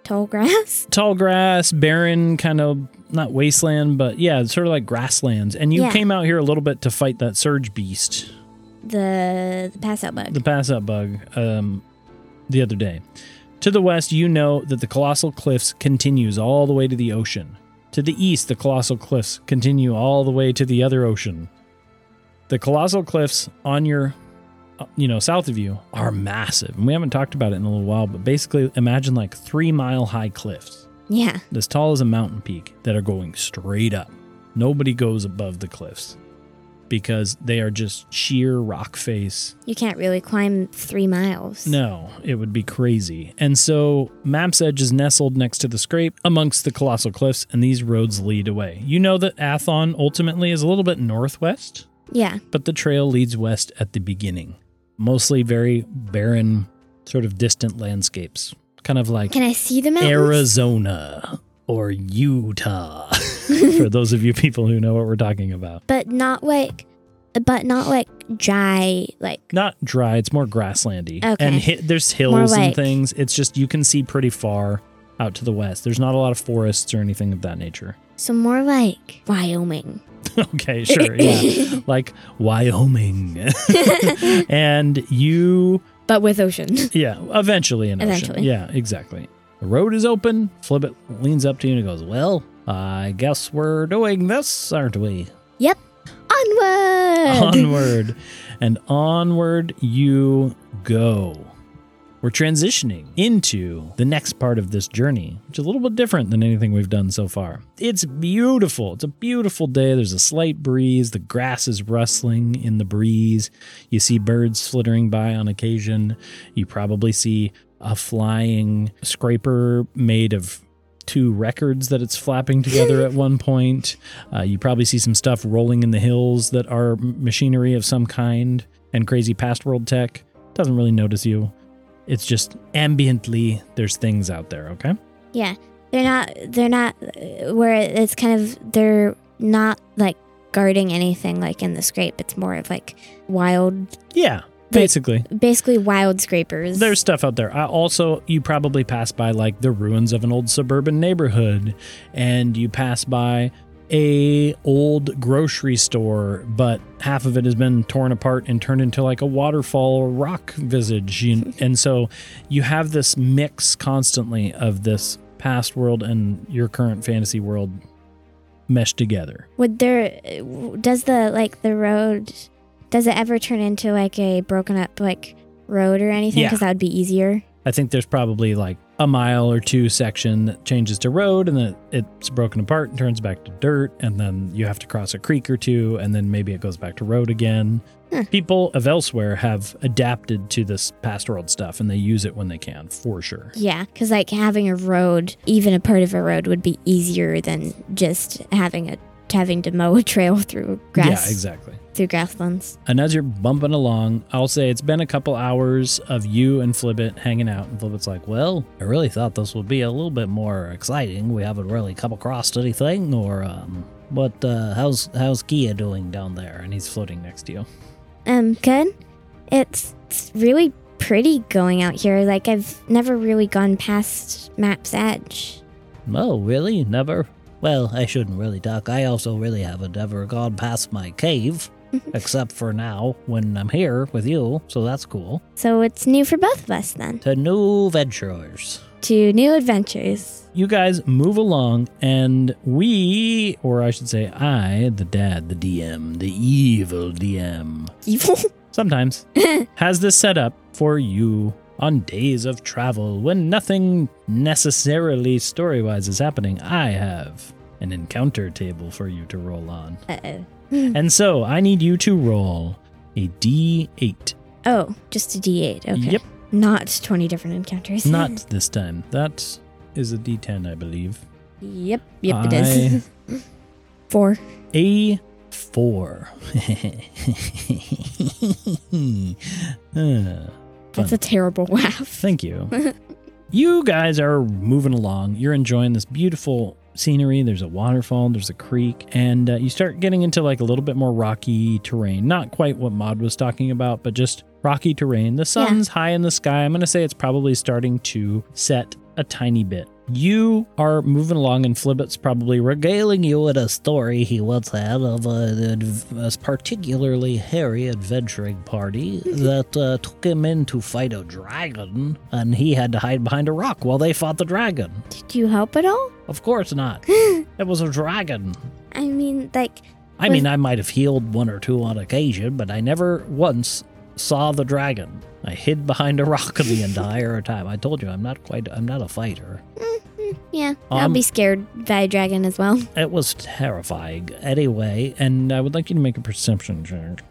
[SPEAKER 4] Tall grass.
[SPEAKER 1] tall grass, barren, kind of not wasteland, but yeah, it's sort of like grasslands. And you
[SPEAKER 4] Yeah.
[SPEAKER 1] came out here a little bit to fight that surge beast,
[SPEAKER 4] The the pass out bug.
[SPEAKER 1] the pass out bug, um, the other day. To the west, you know that the colossal cliffs continues all the way to the ocean. To the east, the colossal cliffs continue all the way to the other ocean. The colossal cliffs on your, uh, you know, south of you are massive, and we haven't talked about it in a little while. But basically, imagine like three mile high cliffs
[SPEAKER 4] yeah.
[SPEAKER 1] as tall as a mountain peak that are going straight up. Nobody goes above the cliffs because they are just sheer rock face.
[SPEAKER 4] You can't really climb three miles.
[SPEAKER 1] No, it would be crazy. And so Map's Edge is nestled next to the scrape amongst the colossal cliffs, and these roads lead away. You know that Athon ultimately is a little bit northwest,
[SPEAKER 4] Yeah.
[SPEAKER 1] but the trail leads west at the beginning. Mostly very barren, sort of distant landscapes. Kind of like
[SPEAKER 4] Can I see the mountains?
[SPEAKER 1] Arizona or Utah. For those of you people who know what we're talking about.
[SPEAKER 4] But not like but not like dry like
[SPEAKER 1] Not dry, it's more grasslandy.
[SPEAKER 4] Okay.
[SPEAKER 1] And hi- there's
[SPEAKER 4] More
[SPEAKER 1] hills and
[SPEAKER 4] like-
[SPEAKER 1] things. It's just you can see pretty far out to the west. There's not a lot of forests or anything of that nature.
[SPEAKER 4] so more like Wyoming.
[SPEAKER 1] okay, sure. Yeah. like Wyoming. and you
[SPEAKER 3] but with ocean.
[SPEAKER 1] Yeah, eventually an ocean.
[SPEAKER 4] Eventually.
[SPEAKER 1] Yeah, exactly. The road is open. Flibbit leans up to you and goes, Well, I guess we're doing this, aren't we?
[SPEAKER 4] Onward.
[SPEAKER 1] Onward. and onward you go. We're transitioning into the next part of this journey, which is a little bit different than anything we've done so far. It's beautiful. It's a beautiful day. There's a slight breeze. The grass is rustling in the breeze. You see birds flittering by on occasion. You probably see a flying scraper made of two records that it's flapping together at one point. Uh, you probably see some stuff rolling in the hills that are m- machinery of some kind and crazy past world tech. Doesn't really notice you. It's just ambiently there's things out there, okay?
[SPEAKER 4] Yeah, they're not. They're not uh, where it's kind of. They're not like guarding anything like in the scrape. It's more of like wild,
[SPEAKER 1] Yeah,
[SPEAKER 4] They-
[SPEAKER 1] basically.
[SPEAKER 4] basically wild scrapers.
[SPEAKER 1] There's stuff out there. I also, you probably pass by like the ruins of an old suburban neighborhood, and you pass by a old grocery store, but half of it has been torn apart and turned into like a waterfall or rock visage. You- and so you have this mix constantly of this past world and your current fantasy world meshed together.
[SPEAKER 4] would there? uh, Does the like the road
[SPEAKER 3] Does it ever turn into like a broken up like road or anything?
[SPEAKER 1] Yeah.
[SPEAKER 3] Because that would be easier.
[SPEAKER 1] I think there's probably like a mile or two section that changes to road and then it's broken apart and turns back to dirt. And then you have to cross a creek or two and then maybe it goes back to road again.
[SPEAKER 3] Huh.
[SPEAKER 1] People of elsewhere have adapted to this past world stuff and they use it when they can for sure.
[SPEAKER 3] Yeah, because like having a road, even a part of a road, would be easier than just having a having to mow a trail through grass
[SPEAKER 1] Yeah, exactly.
[SPEAKER 3] through grasslands.
[SPEAKER 1] And as you're bumping along, I'll say it's been a couple hours of you and Flibbit hanging out. And Flibbit's like, Well, I really thought this would be a little bit more exciting. We haven't really come across anything, or, um, what, uh, how's, how's Kia doing down there? And he's floating next to you.
[SPEAKER 3] Um, good. It's, it's really pretty going out here. Like I've never really gone past Map's Edge.
[SPEAKER 1] Oh, really? Never? Well, I shouldn't really talk. I also really haven't ever gone past my cave, except for now when I'm here with you, so that's cool.
[SPEAKER 3] So it's new for both of us then.
[SPEAKER 1] To new venturers.
[SPEAKER 3] To new adventures.
[SPEAKER 1] you guys move along and we or i should say i the dad the dm the evil dm
[SPEAKER 3] Evil.
[SPEAKER 1] sometimes has this set up for you on days of travel when nothing necessarily story-wise is happening i have an encounter table for you to roll on
[SPEAKER 3] Uh oh.
[SPEAKER 1] and so i need you to roll a d8
[SPEAKER 3] Oh, just a D8. Okay.
[SPEAKER 1] Yep.
[SPEAKER 3] Not 20 different encounters.
[SPEAKER 1] not this time that is a d10 i believe
[SPEAKER 3] Yep. Yep. It is. Four.
[SPEAKER 1] A four. Uh,
[SPEAKER 5] That's a terrible laugh.
[SPEAKER 1] thank you. you guys are moving along. You're enjoying this beautiful scenery. There's a waterfall. There's a creek, and uh, you start getting into like a little bit more rocky terrain. Not quite what Maud was talking about, but just rocky terrain. The sun's high in the sky. I'm gonna say it's probably starting to set a tiny bit. You are moving along, and Flibbit's probably regaling you with a story he once had of a, a particularly hairy adventuring party that uh, took him in to fight a dragon, and he had to hide behind a rock while they fought the dragon.
[SPEAKER 3] Did you help at all?
[SPEAKER 1] Of course not. it was a dragon.
[SPEAKER 3] I mean, like,
[SPEAKER 1] I
[SPEAKER 3] Was-
[SPEAKER 1] mean, I might have healed one or two on occasion, but I never once saw the dragon. I hid behind a rock the entire time. I told you, I'm not quite, I'm not a fighter.
[SPEAKER 3] yeah, I'll
[SPEAKER 1] Um,
[SPEAKER 3] be scared by a dragon as well.
[SPEAKER 1] It was terrifying. Anyway, and I would like you to make a perception check.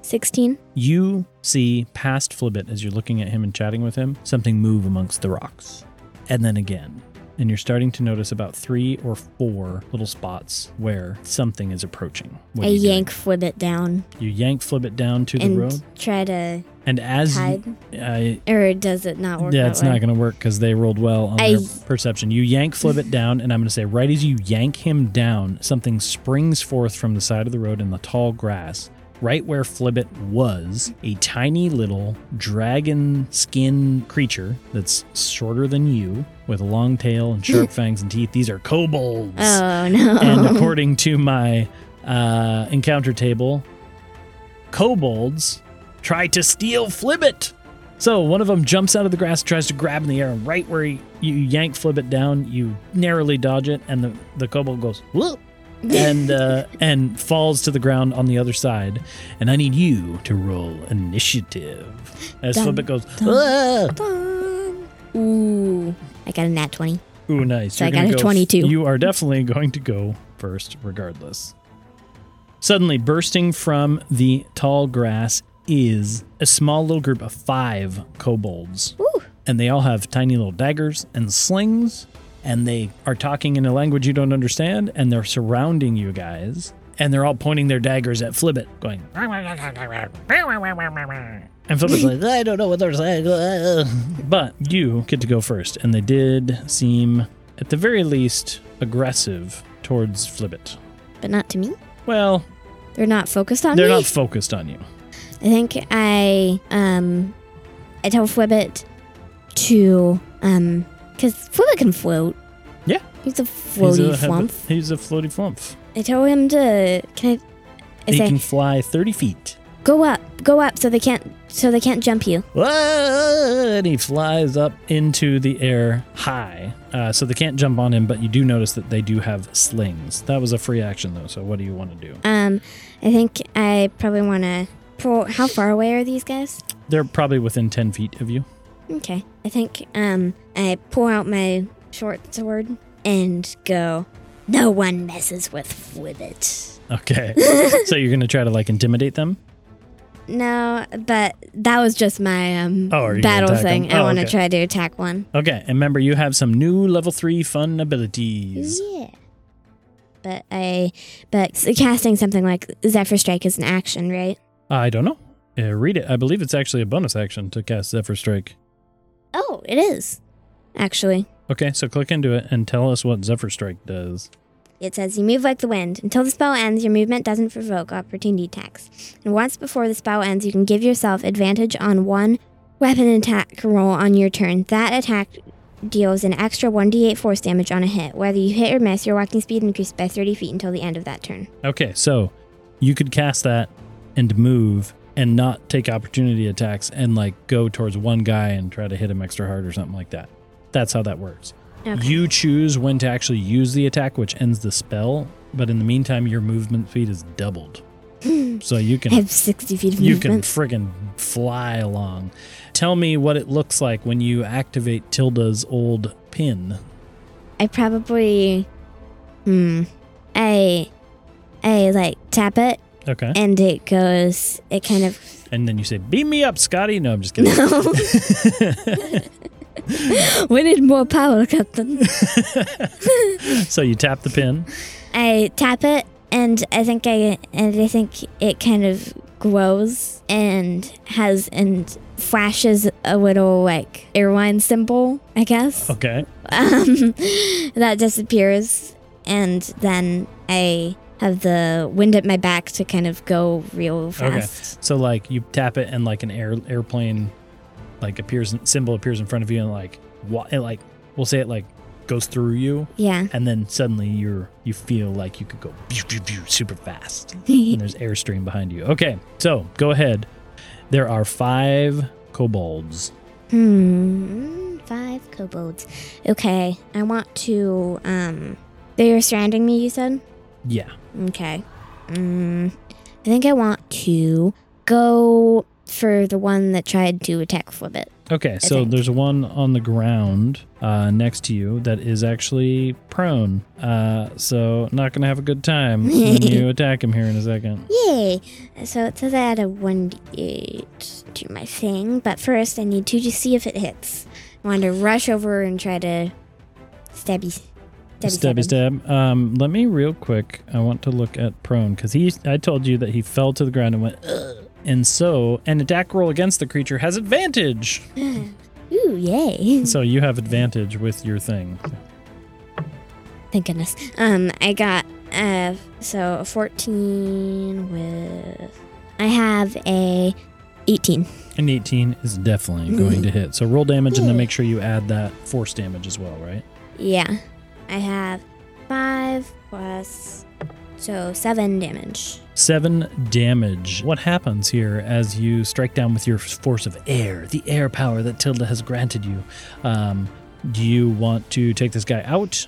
[SPEAKER 3] 16.
[SPEAKER 1] You see past Flibbit as you're looking at him and chatting with him, something move amongst the rocks. And then again. And you're starting to notice about three or four little spots where something is approaching. What
[SPEAKER 3] I
[SPEAKER 1] do you do?
[SPEAKER 3] yank Flibbit down
[SPEAKER 1] You yank Flibbit down to the
[SPEAKER 3] and
[SPEAKER 1] road.
[SPEAKER 3] try to
[SPEAKER 1] And as
[SPEAKER 3] hide.
[SPEAKER 1] I,
[SPEAKER 3] Or does it not work?
[SPEAKER 1] yeah,
[SPEAKER 3] that
[SPEAKER 1] it's
[SPEAKER 3] way?
[SPEAKER 1] not going to work because they rolled well on their
[SPEAKER 3] I-
[SPEAKER 1] perception. You yank Flibbit down, and I'm going to say, right as you yank him down, something springs forth from the side of the road in the tall grass. Right where Flibbit was, a tiny little dragon skin creature that's shorter than you, with a long tail and sharp fangs and teeth. These are kobolds.
[SPEAKER 3] Oh, no.
[SPEAKER 1] And according to my uh, encounter table, kobolds try to steal Flibbit. So one of them jumps out of the grass, tries to grab in the air, and right where he, you yank Flibbit down, you narrowly dodge it, and the, the kobold goes whoop and uh, and falls to the ground on the other side. And I need you to roll initiative as
[SPEAKER 3] Dun,
[SPEAKER 1] Flibbit goes. "Ah!"
[SPEAKER 3] Dun. Oh, Ooh. I got a nat 20.
[SPEAKER 1] Ooh, nice.
[SPEAKER 3] So I
[SPEAKER 1] gonna
[SPEAKER 3] got a
[SPEAKER 1] go
[SPEAKER 3] 22.
[SPEAKER 1] you are definitely going to go first, regardless. Suddenly, bursting from the tall grass is a small little group of five kobolds. And they all have tiny little daggers and slings, and they are talking in a language you don't understand, and they're surrounding you guys. And they're all pointing their daggers at Flibbit, going, and Philip's like, I don't know what they're saying. But you get to go first, and they did seem, at the very least, aggressive towards Flibbit.
[SPEAKER 3] But not to me.
[SPEAKER 1] Well,
[SPEAKER 3] They're not focused on
[SPEAKER 1] they're
[SPEAKER 3] me.
[SPEAKER 1] not focused on you.
[SPEAKER 3] I think I um I tell Flibbit to um because Flibbit can float.
[SPEAKER 1] Yeah.
[SPEAKER 3] He's a floaty
[SPEAKER 1] he's a,
[SPEAKER 3] flump.
[SPEAKER 1] He's a floaty flump.
[SPEAKER 3] I tell him to can I, I
[SPEAKER 1] he
[SPEAKER 3] say
[SPEAKER 1] can fly 30 feet.
[SPEAKER 3] go up, go up, so they can't so they can't jump you.
[SPEAKER 1] Whoa! And he flies up into the air high. Uh, so they can't jump on him, but you do notice that they do have slings. That was a free action, though, so what do you want to do?
[SPEAKER 3] Um, I think I probably want to pro- how far away are these guys?
[SPEAKER 1] They're probably within 10 feet of you.
[SPEAKER 3] Okay. I think um I pull out my short sword and go, No one messes with Wibbit.
[SPEAKER 1] Okay. so you're going to try to like intimidate them?
[SPEAKER 3] No, but that was just my um
[SPEAKER 1] Oh, are you gonna
[SPEAKER 3] battle
[SPEAKER 1] attack
[SPEAKER 3] thing.
[SPEAKER 1] them?
[SPEAKER 3] I
[SPEAKER 1] Oh,
[SPEAKER 3] want to
[SPEAKER 1] okay.
[SPEAKER 3] try to attack one.
[SPEAKER 1] Okay. And remember, you have some new level three fun abilities.
[SPEAKER 3] Yeah. But I but s- casting something like Zephyr Strike is an action, right?
[SPEAKER 1] I don't know. Uh, read it. I believe it's actually a bonus action to cast Zephyr Strike.
[SPEAKER 3] Oh, it is. Actually,
[SPEAKER 1] Okay. So click into it and tell us what Zephyr Strike does.
[SPEAKER 3] It says you move like the wind. Until the spell ends, your movement doesn't provoke opportunity attacks. And once before the spell ends, you can give yourself advantage on one weapon attack roll on your turn. That attack deals an extra 1d8 force damage on a hit. Whether you hit or miss, your walking speed increases by 30 feet until the end of that turn.
[SPEAKER 1] Okay, so you could cast that and move and not take opportunity attacks and like go towards one guy and try to hit him extra hard or something like that. That's how that works.
[SPEAKER 3] Okay.
[SPEAKER 1] You choose when to actually use the attack, which ends the spell, but in the meantime, your movement speed is doubled. so you
[SPEAKER 3] I
[SPEAKER 1] can
[SPEAKER 3] have 60 feet of
[SPEAKER 1] you can
[SPEAKER 3] movement.
[SPEAKER 1] friggin' fly along. Tell me what it looks like when you activate Tilda's old pin.
[SPEAKER 3] I probably. Hmm. I. I like tap it
[SPEAKER 1] Okay.
[SPEAKER 3] and it goes. It kind of.
[SPEAKER 1] And then you say, "Beam me up, Scotty." No, I'm just kidding.
[SPEAKER 3] We need more power, Captain.
[SPEAKER 1] so you tap the pin.
[SPEAKER 3] I tap it, and I think I and I think it kind of grows and has and flashes a little like airline symbol, I guess.
[SPEAKER 1] Okay.
[SPEAKER 3] Um, that disappears, and then I have the wind at my back to kind of go real fast.
[SPEAKER 1] So like you tap it and like an air airplane like appears symbol appears in front of you and like what it like we'll say it like goes through you
[SPEAKER 3] Yeah.
[SPEAKER 1] and then suddenly you're you feel like you could go pew, pew, pew, super fast and there's airstream behind you. Okay, so go ahead. There are five kobolds.
[SPEAKER 3] Hmm. Five kobolds. Okay. I want to. Um. They are surrounding me. You said.
[SPEAKER 1] Yeah.
[SPEAKER 3] Okay. Mm, I think I want to go for the one that tried to attack Flibbit.
[SPEAKER 1] Okay, so
[SPEAKER 3] think.
[SPEAKER 1] there's one on the ground uh, next to you that is actually prone. Uh, so not gonna have a good time when you attack him here in a second.
[SPEAKER 3] Yay! So it says I add a 1d8 to my thing, but first I need to just see if it hits. I want to rush over and try to stabby.
[SPEAKER 1] Stabby stab. Um, let me real quick. I want to look at prone because he. I told you that he fell to the ground and went. Ugh. And so an attack roll against the creature has advantage.
[SPEAKER 3] Ooh, yay.
[SPEAKER 1] So you have advantage with your thing.
[SPEAKER 3] Thank goodness. Um, I got, uh, so a 14 with. I have a 18.
[SPEAKER 1] An 18 is definitely going to hit. So roll damage and then make sure you add that force damage as well, right?
[SPEAKER 3] Yeah. I have five plus so seven damage.
[SPEAKER 1] Seven damage. What happens here as you strike down with your force of air, the air power that Tilda has granted you? Um, do you want to take this guy out?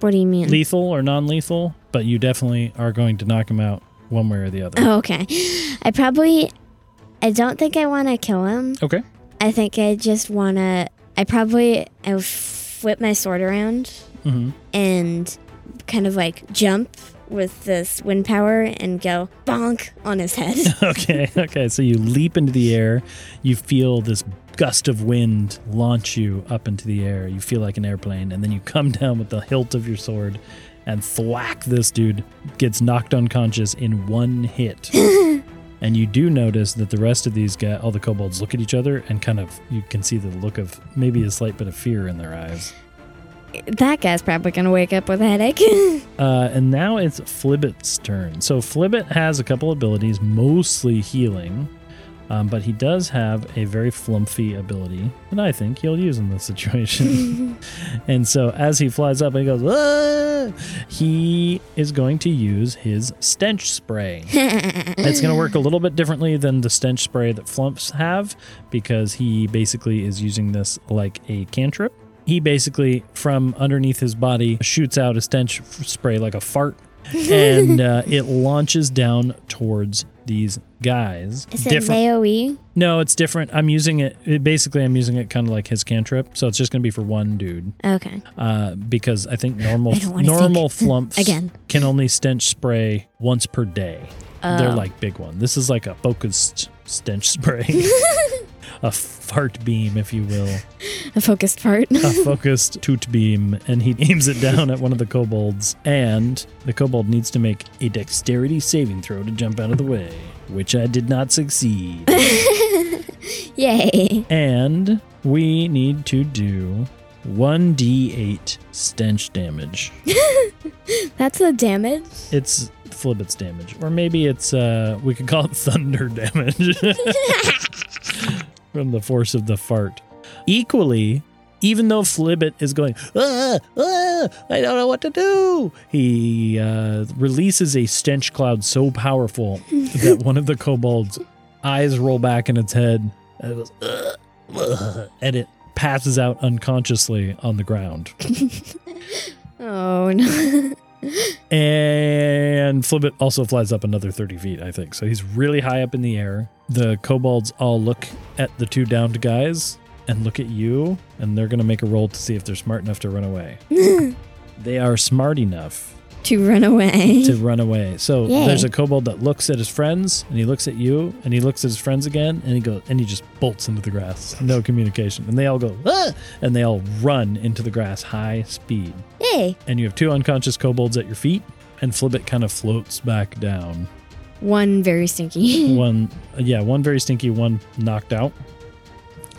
[SPEAKER 3] What do you mean?
[SPEAKER 1] lethal or non-lethal, but you definitely are going to knock him out one way or the other.
[SPEAKER 3] oh, okay. I probably I don't think I want to kill him.
[SPEAKER 1] Okay.
[SPEAKER 3] I think I just want to I probably I would flip my sword around
[SPEAKER 1] hmm
[SPEAKER 3] and kind of like jump with this wind power and go bonk on his head.
[SPEAKER 1] Okay. Okay. So you leap into the air. You feel this gust of wind launch you up into the air. You feel like an airplane, and then you come down with the hilt of your sword and thwack this dude. Gets knocked unconscious in one hit. And you do notice that the rest of these guys, all the kobolds, look at each other and kind of, you can see the look of maybe a slight bit of fear in their eyes.
[SPEAKER 3] that guy's probably going to wake up with a headache.
[SPEAKER 1] Uh, and now it's Flibbit's turn. So Flibbit has a couple abilities, mostly healing, um, but he does have a very flumpy ability that I think he'll use in this situation. and so as he flies up and he goes, "Ah!" he is going to use his stench spray. It's going to work a little bit differently than the stench spray that flumps have because he basically is using this like a cantrip. He basically, from underneath his body, shoots out a stench f- spray like a fart and uh, it launches down towards these guys.
[SPEAKER 4] Is it AoE?
[SPEAKER 1] No, it's different. I'm using it, it basically. I'm using it kind of like his cantrip, so it's just going to be for one dude.
[SPEAKER 4] Okay.
[SPEAKER 1] Uh, because I think normal
[SPEAKER 4] I don't wanna
[SPEAKER 1] normal flumps
[SPEAKER 4] Again.
[SPEAKER 1] can only stench spray once per day. They're
[SPEAKER 4] Oh.
[SPEAKER 1] like big one. This is like a focused stench spray, a fart beam, if you will,
[SPEAKER 3] A focused part.
[SPEAKER 1] a focused toot beam, and he aims it down at one of the kobolds. And the kobold needs to make a dexterity saving throw to jump out of the way, which I did not succeed.
[SPEAKER 4] Yay.
[SPEAKER 1] And we need to do 1d8 stench damage.
[SPEAKER 3] That's the damage.
[SPEAKER 1] It's Flibbit's damage. Or maybe it's, uh, we could call it thunder damage from the force of the fart. Equally, even though Flibbit is going, ah, ah, I don't know what to do, he uh, releases a stench cloud so powerful that one of the kobolds eyes roll back in its head and it goes, "Ugh, ugh," and it passes out unconsciously on the ground.
[SPEAKER 3] Oh no.
[SPEAKER 1] And Flibbit also flies up another 30 feet, I think. So he's really high up in the air. The kobolds all look at the two downed guys and look at you, and they're going to make a roll to see if they're smart enough to run away. they are smart enough
[SPEAKER 3] to run away.
[SPEAKER 1] to run away. So
[SPEAKER 4] Yay.
[SPEAKER 1] there's a kobold that looks at his friends and he looks at you and he looks at his friends again and he goes and he just bolts into the grass. No communication. And they all go, ah! and they all run into the grass high speed.
[SPEAKER 4] Yay.
[SPEAKER 1] And you have two unconscious kobolds at your feet and Flibbit kind of floats back down.
[SPEAKER 3] One very stinky.
[SPEAKER 1] One, yeah, one very stinky, one knocked out.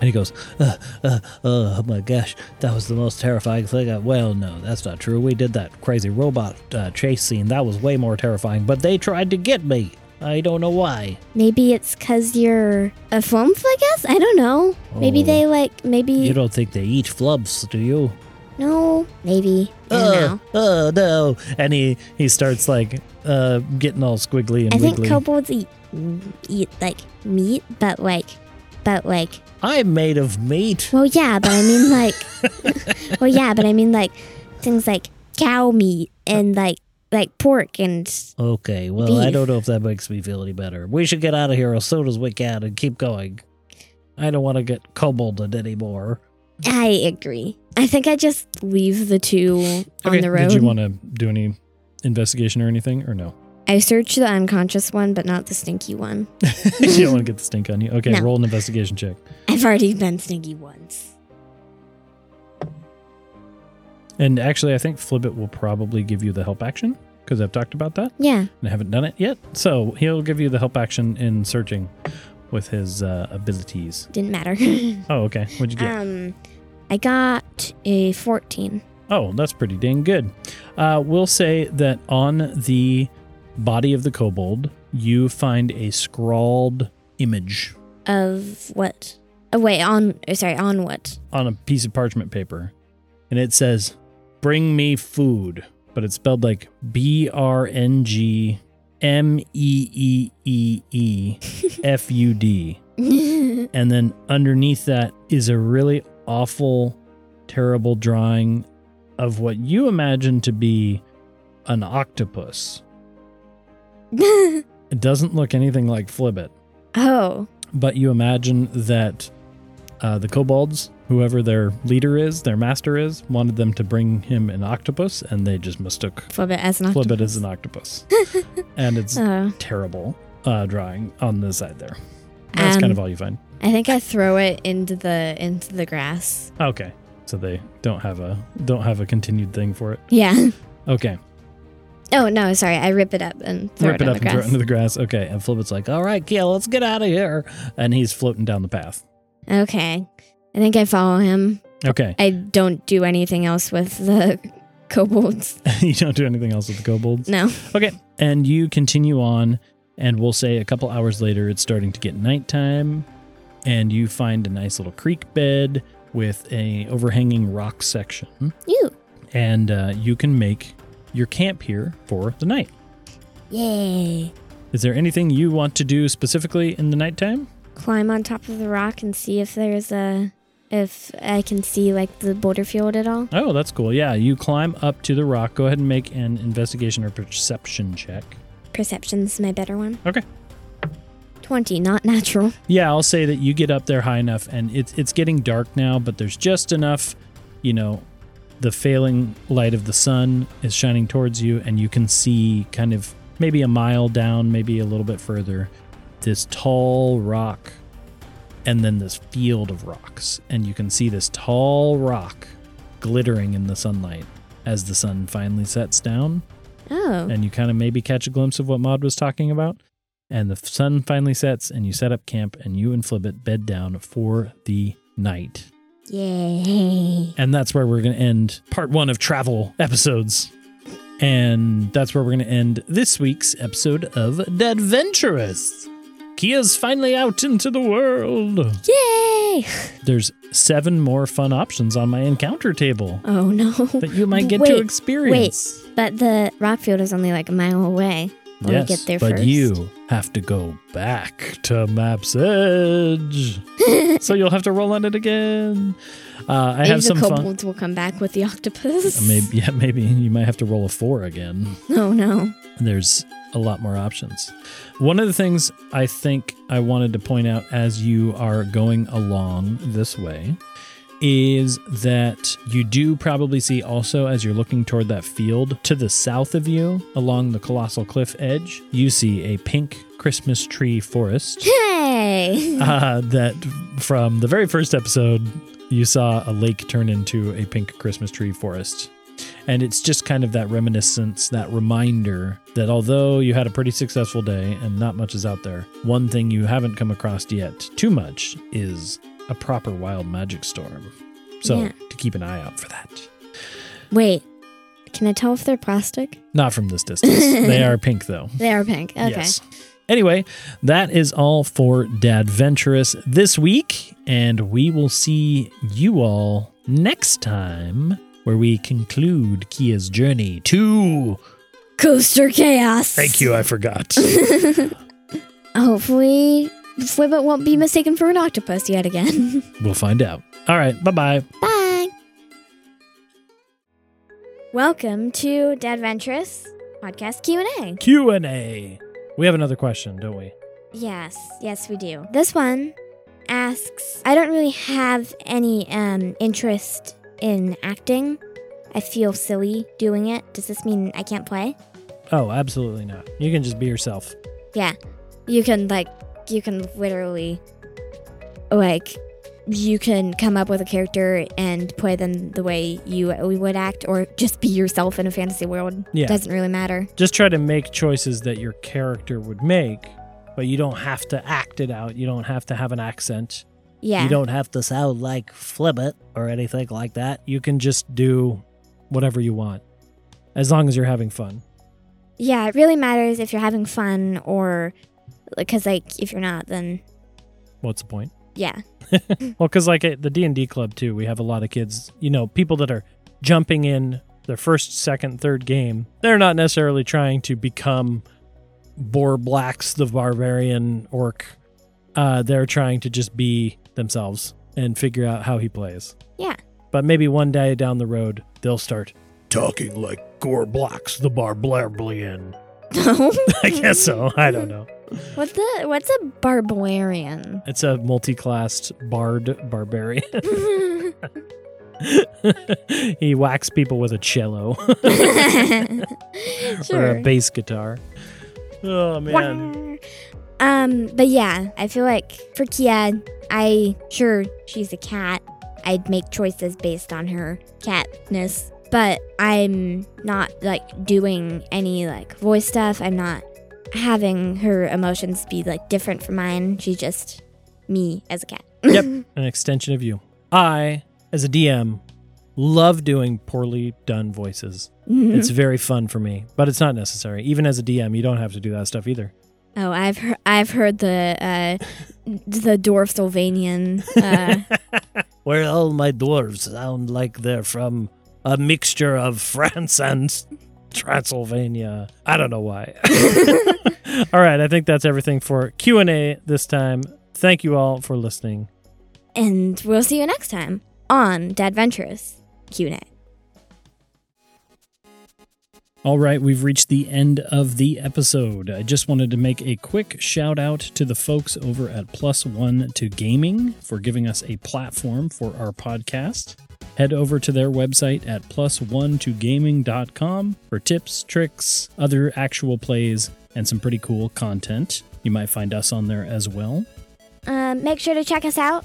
[SPEAKER 1] And he goes, uh, uh, oh my gosh, that was the most terrifying thing. I, well, no, that's not true. We did that crazy robot uh, chase scene. That was way more terrifying. But they tried to get me. I don't know why.
[SPEAKER 4] Maybe it's because you're a flumph, I guess? I don't know. Maybe
[SPEAKER 1] Oh.
[SPEAKER 4] they like, maybe.
[SPEAKER 1] You don't think they eat flubs, do you?
[SPEAKER 4] no. Maybe. I don't
[SPEAKER 1] Oh,
[SPEAKER 4] know.
[SPEAKER 1] oh no! And he he starts like uh getting all squiggly and
[SPEAKER 4] I think
[SPEAKER 1] wiggly.
[SPEAKER 4] kobolds eat, eat like meat, but like, but like,
[SPEAKER 1] I'm made of meat.
[SPEAKER 4] well, yeah, but I mean like, well, yeah, but I mean like things like cow meat and like, like pork and
[SPEAKER 1] Okay, well, I
[SPEAKER 4] Beef.
[SPEAKER 1] don't know if that makes me feel any better. We should get out of here as soon as we can and keep going. I don't want to get kobolded anymore.
[SPEAKER 4] I agree.
[SPEAKER 3] I think I just leave the two on the road.
[SPEAKER 1] Did you want to do any investigation or anything, or no?
[SPEAKER 3] I search the unconscious one, but not the stinky one.
[SPEAKER 1] you don't want to get the stink on you. Okay,
[SPEAKER 3] No.
[SPEAKER 1] roll an investigation check.
[SPEAKER 3] I've already been stinky once.
[SPEAKER 1] And actually, I think Flibbit will probably give you the help action because I've talked about that
[SPEAKER 3] Yeah.
[SPEAKER 1] and I haven't done it yet. So he'll give you the help action in searching with his uh, abilities.
[SPEAKER 4] Didn't matter.
[SPEAKER 1] Oh, okay. What'd you get?
[SPEAKER 4] Um, I got a 14.
[SPEAKER 1] Oh, that's pretty dang good. Uh, we'll say that on the body of the kobold, you find a scrawled image
[SPEAKER 4] Of what? Oh, wait, on, oh, sorry, on what?
[SPEAKER 1] on a piece of parchment paper. And it says, Bring me food. But it's spelled like B R N G M E E E E F U D. And then underneath that is a really awful, terrible drawing of what you imagine to be an octopus.
[SPEAKER 3] oh.
[SPEAKER 1] It doesn't look anything like Flibbit, but you imagine that uh, the kobolds, whoever their leader is, their master is, wanted them to bring him an octopus, and they just mistook
[SPEAKER 3] Flip it as an octopus.
[SPEAKER 1] Flibbit as an octopus. and it's
[SPEAKER 3] Oh.
[SPEAKER 1] terrible uh, drawing on the side there. That's kind
[SPEAKER 3] Um,
[SPEAKER 1] of all you find.
[SPEAKER 3] I think I throw it into the into the grass.
[SPEAKER 1] Okay, so they don't have a don't have a continued thing for it.
[SPEAKER 3] Yeah.
[SPEAKER 1] Okay,
[SPEAKER 3] Oh no, sorry. I rip it up and throw
[SPEAKER 1] rip
[SPEAKER 3] it,
[SPEAKER 1] it
[SPEAKER 3] on
[SPEAKER 1] up
[SPEAKER 3] the
[SPEAKER 1] and throw it
[SPEAKER 3] grass.
[SPEAKER 1] into the grass. Okay, and Flibbit's like, "All right, Kia, let's get out of here," and he's floating down the path.
[SPEAKER 3] okay. I think I follow him.
[SPEAKER 1] Okay,
[SPEAKER 3] I don't do anything else with the kobolds.
[SPEAKER 1] you don't do anything else with the kobolds.
[SPEAKER 3] No.
[SPEAKER 1] Okay. And you continue on, and we'll say a couple hours later, it's starting to get nighttime, and you find a nice little creek bed with a overhanging rock section,
[SPEAKER 4] You.
[SPEAKER 1] and uh, you can make your camp here for the night.
[SPEAKER 4] Yay.
[SPEAKER 1] Is there anything you want to do specifically in the nighttime?
[SPEAKER 4] Climb on top of the rock and see if there's a. If I can see, like, the boulder field at all.
[SPEAKER 1] Oh, that's cool. Yeah, you climb up to the rock. Go ahead and make an investigation or perception check.
[SPEAKER 4] Perception's my better one.
[SPEAKER 1] Okay.
[SPEAKER 3] 20, not natural.
[SPEAKER 1] Yeah, I'll say that you get up there high enough, and it's it's getting dark now, but there's just enough, you know, the failing light of the sun is shining towards you, and you can see kind of maybe a mile down, maybe a little bit further, this tall rock, and then this field of rocks, and you can see this tall rock glittering in the sunlight as the sun finally sets down
[SPEAKER 3] Oh.
[SPEAKER 1] and you kind of maybe catch a glimpse of what Maud was talking about. And the sun finally sets, and you set up camp, and you and Flibbit bed down for the night.
[SPEAKER 3] Yay.
[SPEAKER 1] And that's where we're going to end part one of travel episodes. And that's where we're going to end this week's episode of The Adventurous. Kia's finally out into the world.
[SPEAKER 3] Yay.
[SPEAKER 1] There's seven more fun options on my encounter table
[SPEAKER 3] Oh no.
[SPEAKER 1] that you might get to
[SPEAKER 3] Wait,
[SPEAKER 1] experience.
[SPEAKER 3] But the rock field is only like a mile away. Let me
[SPEAKER 1] yes,
[SPEAKER 3] get there
[SPEAKER 1] but
[SPEAKER 3] first.
[SPEAKER 1] you have to go back to Map's Edge, so you'll have to roll on it again. Uh, I
[SPEAKER 3] Maybe
[SPEAKER 1] have
[SPEAKER 3] the
[SPEAKER 1] some fun. Uh,
[SPEAKER 3] kobolds will come back with the octopus.
[SPEAKER 1] Maybe, yeah, maybe you might have to roll a four again.
[SPEAKER 3] Oh no.
[SPEAKER 1] There's a lot more options. One of the things I think I wanted to point out as you are going along this way is that you do probably see also as you're looking toward that field to the south of you along the colossal cliff edge, you see a pink Christmas tree forest
[SPEAKER 3] Hey.
[SPEAKER 1] uh, that from the very first episode, you saw a lake turn into a pink Christmas tree forest. And it's just kind of that reminiscence, that reminder that although you had a pretty successful day and not much is out there, one thing you haven't come across yet too much is a proper wild magic storm. So
[SPEAKER 3] Yeah.
[SPEAKER 1] to keep an eye out for that.
[SPEAKER 3] Wait. Can I tell if they're plastic?
[SPEAKER 1] Not from this distance. they are pink though.
[SPEAKER 3] They are pink. Okay.
[SPEAKER 1] Anyway, that is all for Dadventurous this week, and we will see you all next time where we conclude Kia's journey to.
[SPEAKER 3] Coaster chaos.
[SPEAKER 1] Thank you, I forgot.
[SPEAKER 3] Hopefully, Flibbit won't be mistaken for an octopus yet again.
[SPEAKER 1] we'll find out. All right, bye bye.
[SPEAKER 3] Bye. Welcome to Dadventurous Podcast Q&A.
[SPEAKER 1] Q and A. We have another question, don't we?
[SPEAKER 3] Yes, yes we do. This one asks, I don't really have any um interest in acting. I feel silly doing it. Does this mean I can't play?
[SPEAKER 1] Oh, absolutely not. You can just be yourself.
[SPEAKER 3] You can like you can literally like you can come up with a character and play them the way you would act or just be yourself in a fantasy world.
[SPEAKER 1] Yeah.
[SPEAKER 3] Doesn't really matter.
[SPEAKER 1] Just try to make choices that your character would make, but you don't have to act it out. You don't have to have an accent.
[SPEAKER 3] Yeah.
[SPEAKER 1] You don't have to sound like Flibbit or anything like that. You can just do whatever you want as long as you're having fun.
[SPEAKER 3] Yeah, it really matters if you're having fun or because like if you're not then
[SPEAKER 1] What's the point?
[SPEAKER 3] yeah.
[SPEAKER 1] Well, because like at the D&D club too, we have a lot of kids, you know, people that are jumping in their first, second, third game. They're not necessarily trying to become Boar Blacks, the barbarian orc. Uh, they're trying to just be themselves and figure out how he plays.
[SPEAKER 3] Yeah.
[SPEAKER 1] But maybe one day down the road, they'll start talking like Gore Blacks, the barbarian. I guess so. I don't know.
[SPEAKER 3] What's the what's a barbarian?
[SPEAKER 1] It's a multi-classed bard barbarian. he whacks people with a cello or a
[SPEAKER 3] sure.
[SPEAKER 1] bass guitar. Oh man.
[SPEAKER 3] Um, but yeah, I feel like for Kia, I sure she's a cat. I'd make choices based on her catness, but I'm not like doing any like voice stuff. I'm not having her emotions be like different from mine. She's just me as a cat.
[SPEAKER 1] Yep, an extension of you. I, as a DM, love doing poorly done voices. It's very fun for me, but it's not necessary. Even as a DM, you don't have to do that stuff either.
[SPEAKER 3] Oh, I've he- I've heard the uh, the dwarf Sylvanian. Uh,
[SPEAKER 1] Where all my dwarves sound like they're from a mixture of France and Transylvania. I don't know why. all right, I think that's everything for Q&A this time. Thank you all for listening.
[SPEAKER 3] and we'll see you next time on Dadventurous Q&A.
[SPEAKER 1] All right, we've reached the end of the episode. I just wanted to make a quick shout out to the folks over at Plus One to Gaming for giving us a platform for our podcast. Head over to their website at plus1togaming.com for tips, tricks, other actual plays, and some pretty cool content. You might find us on there as well.
[SPEAKER 3] Um, make sure to check us out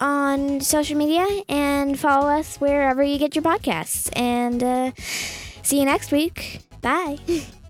[SPEAKER 3] on social media and follow us wherever you get your podcasts. And uh, see you next week. Bye.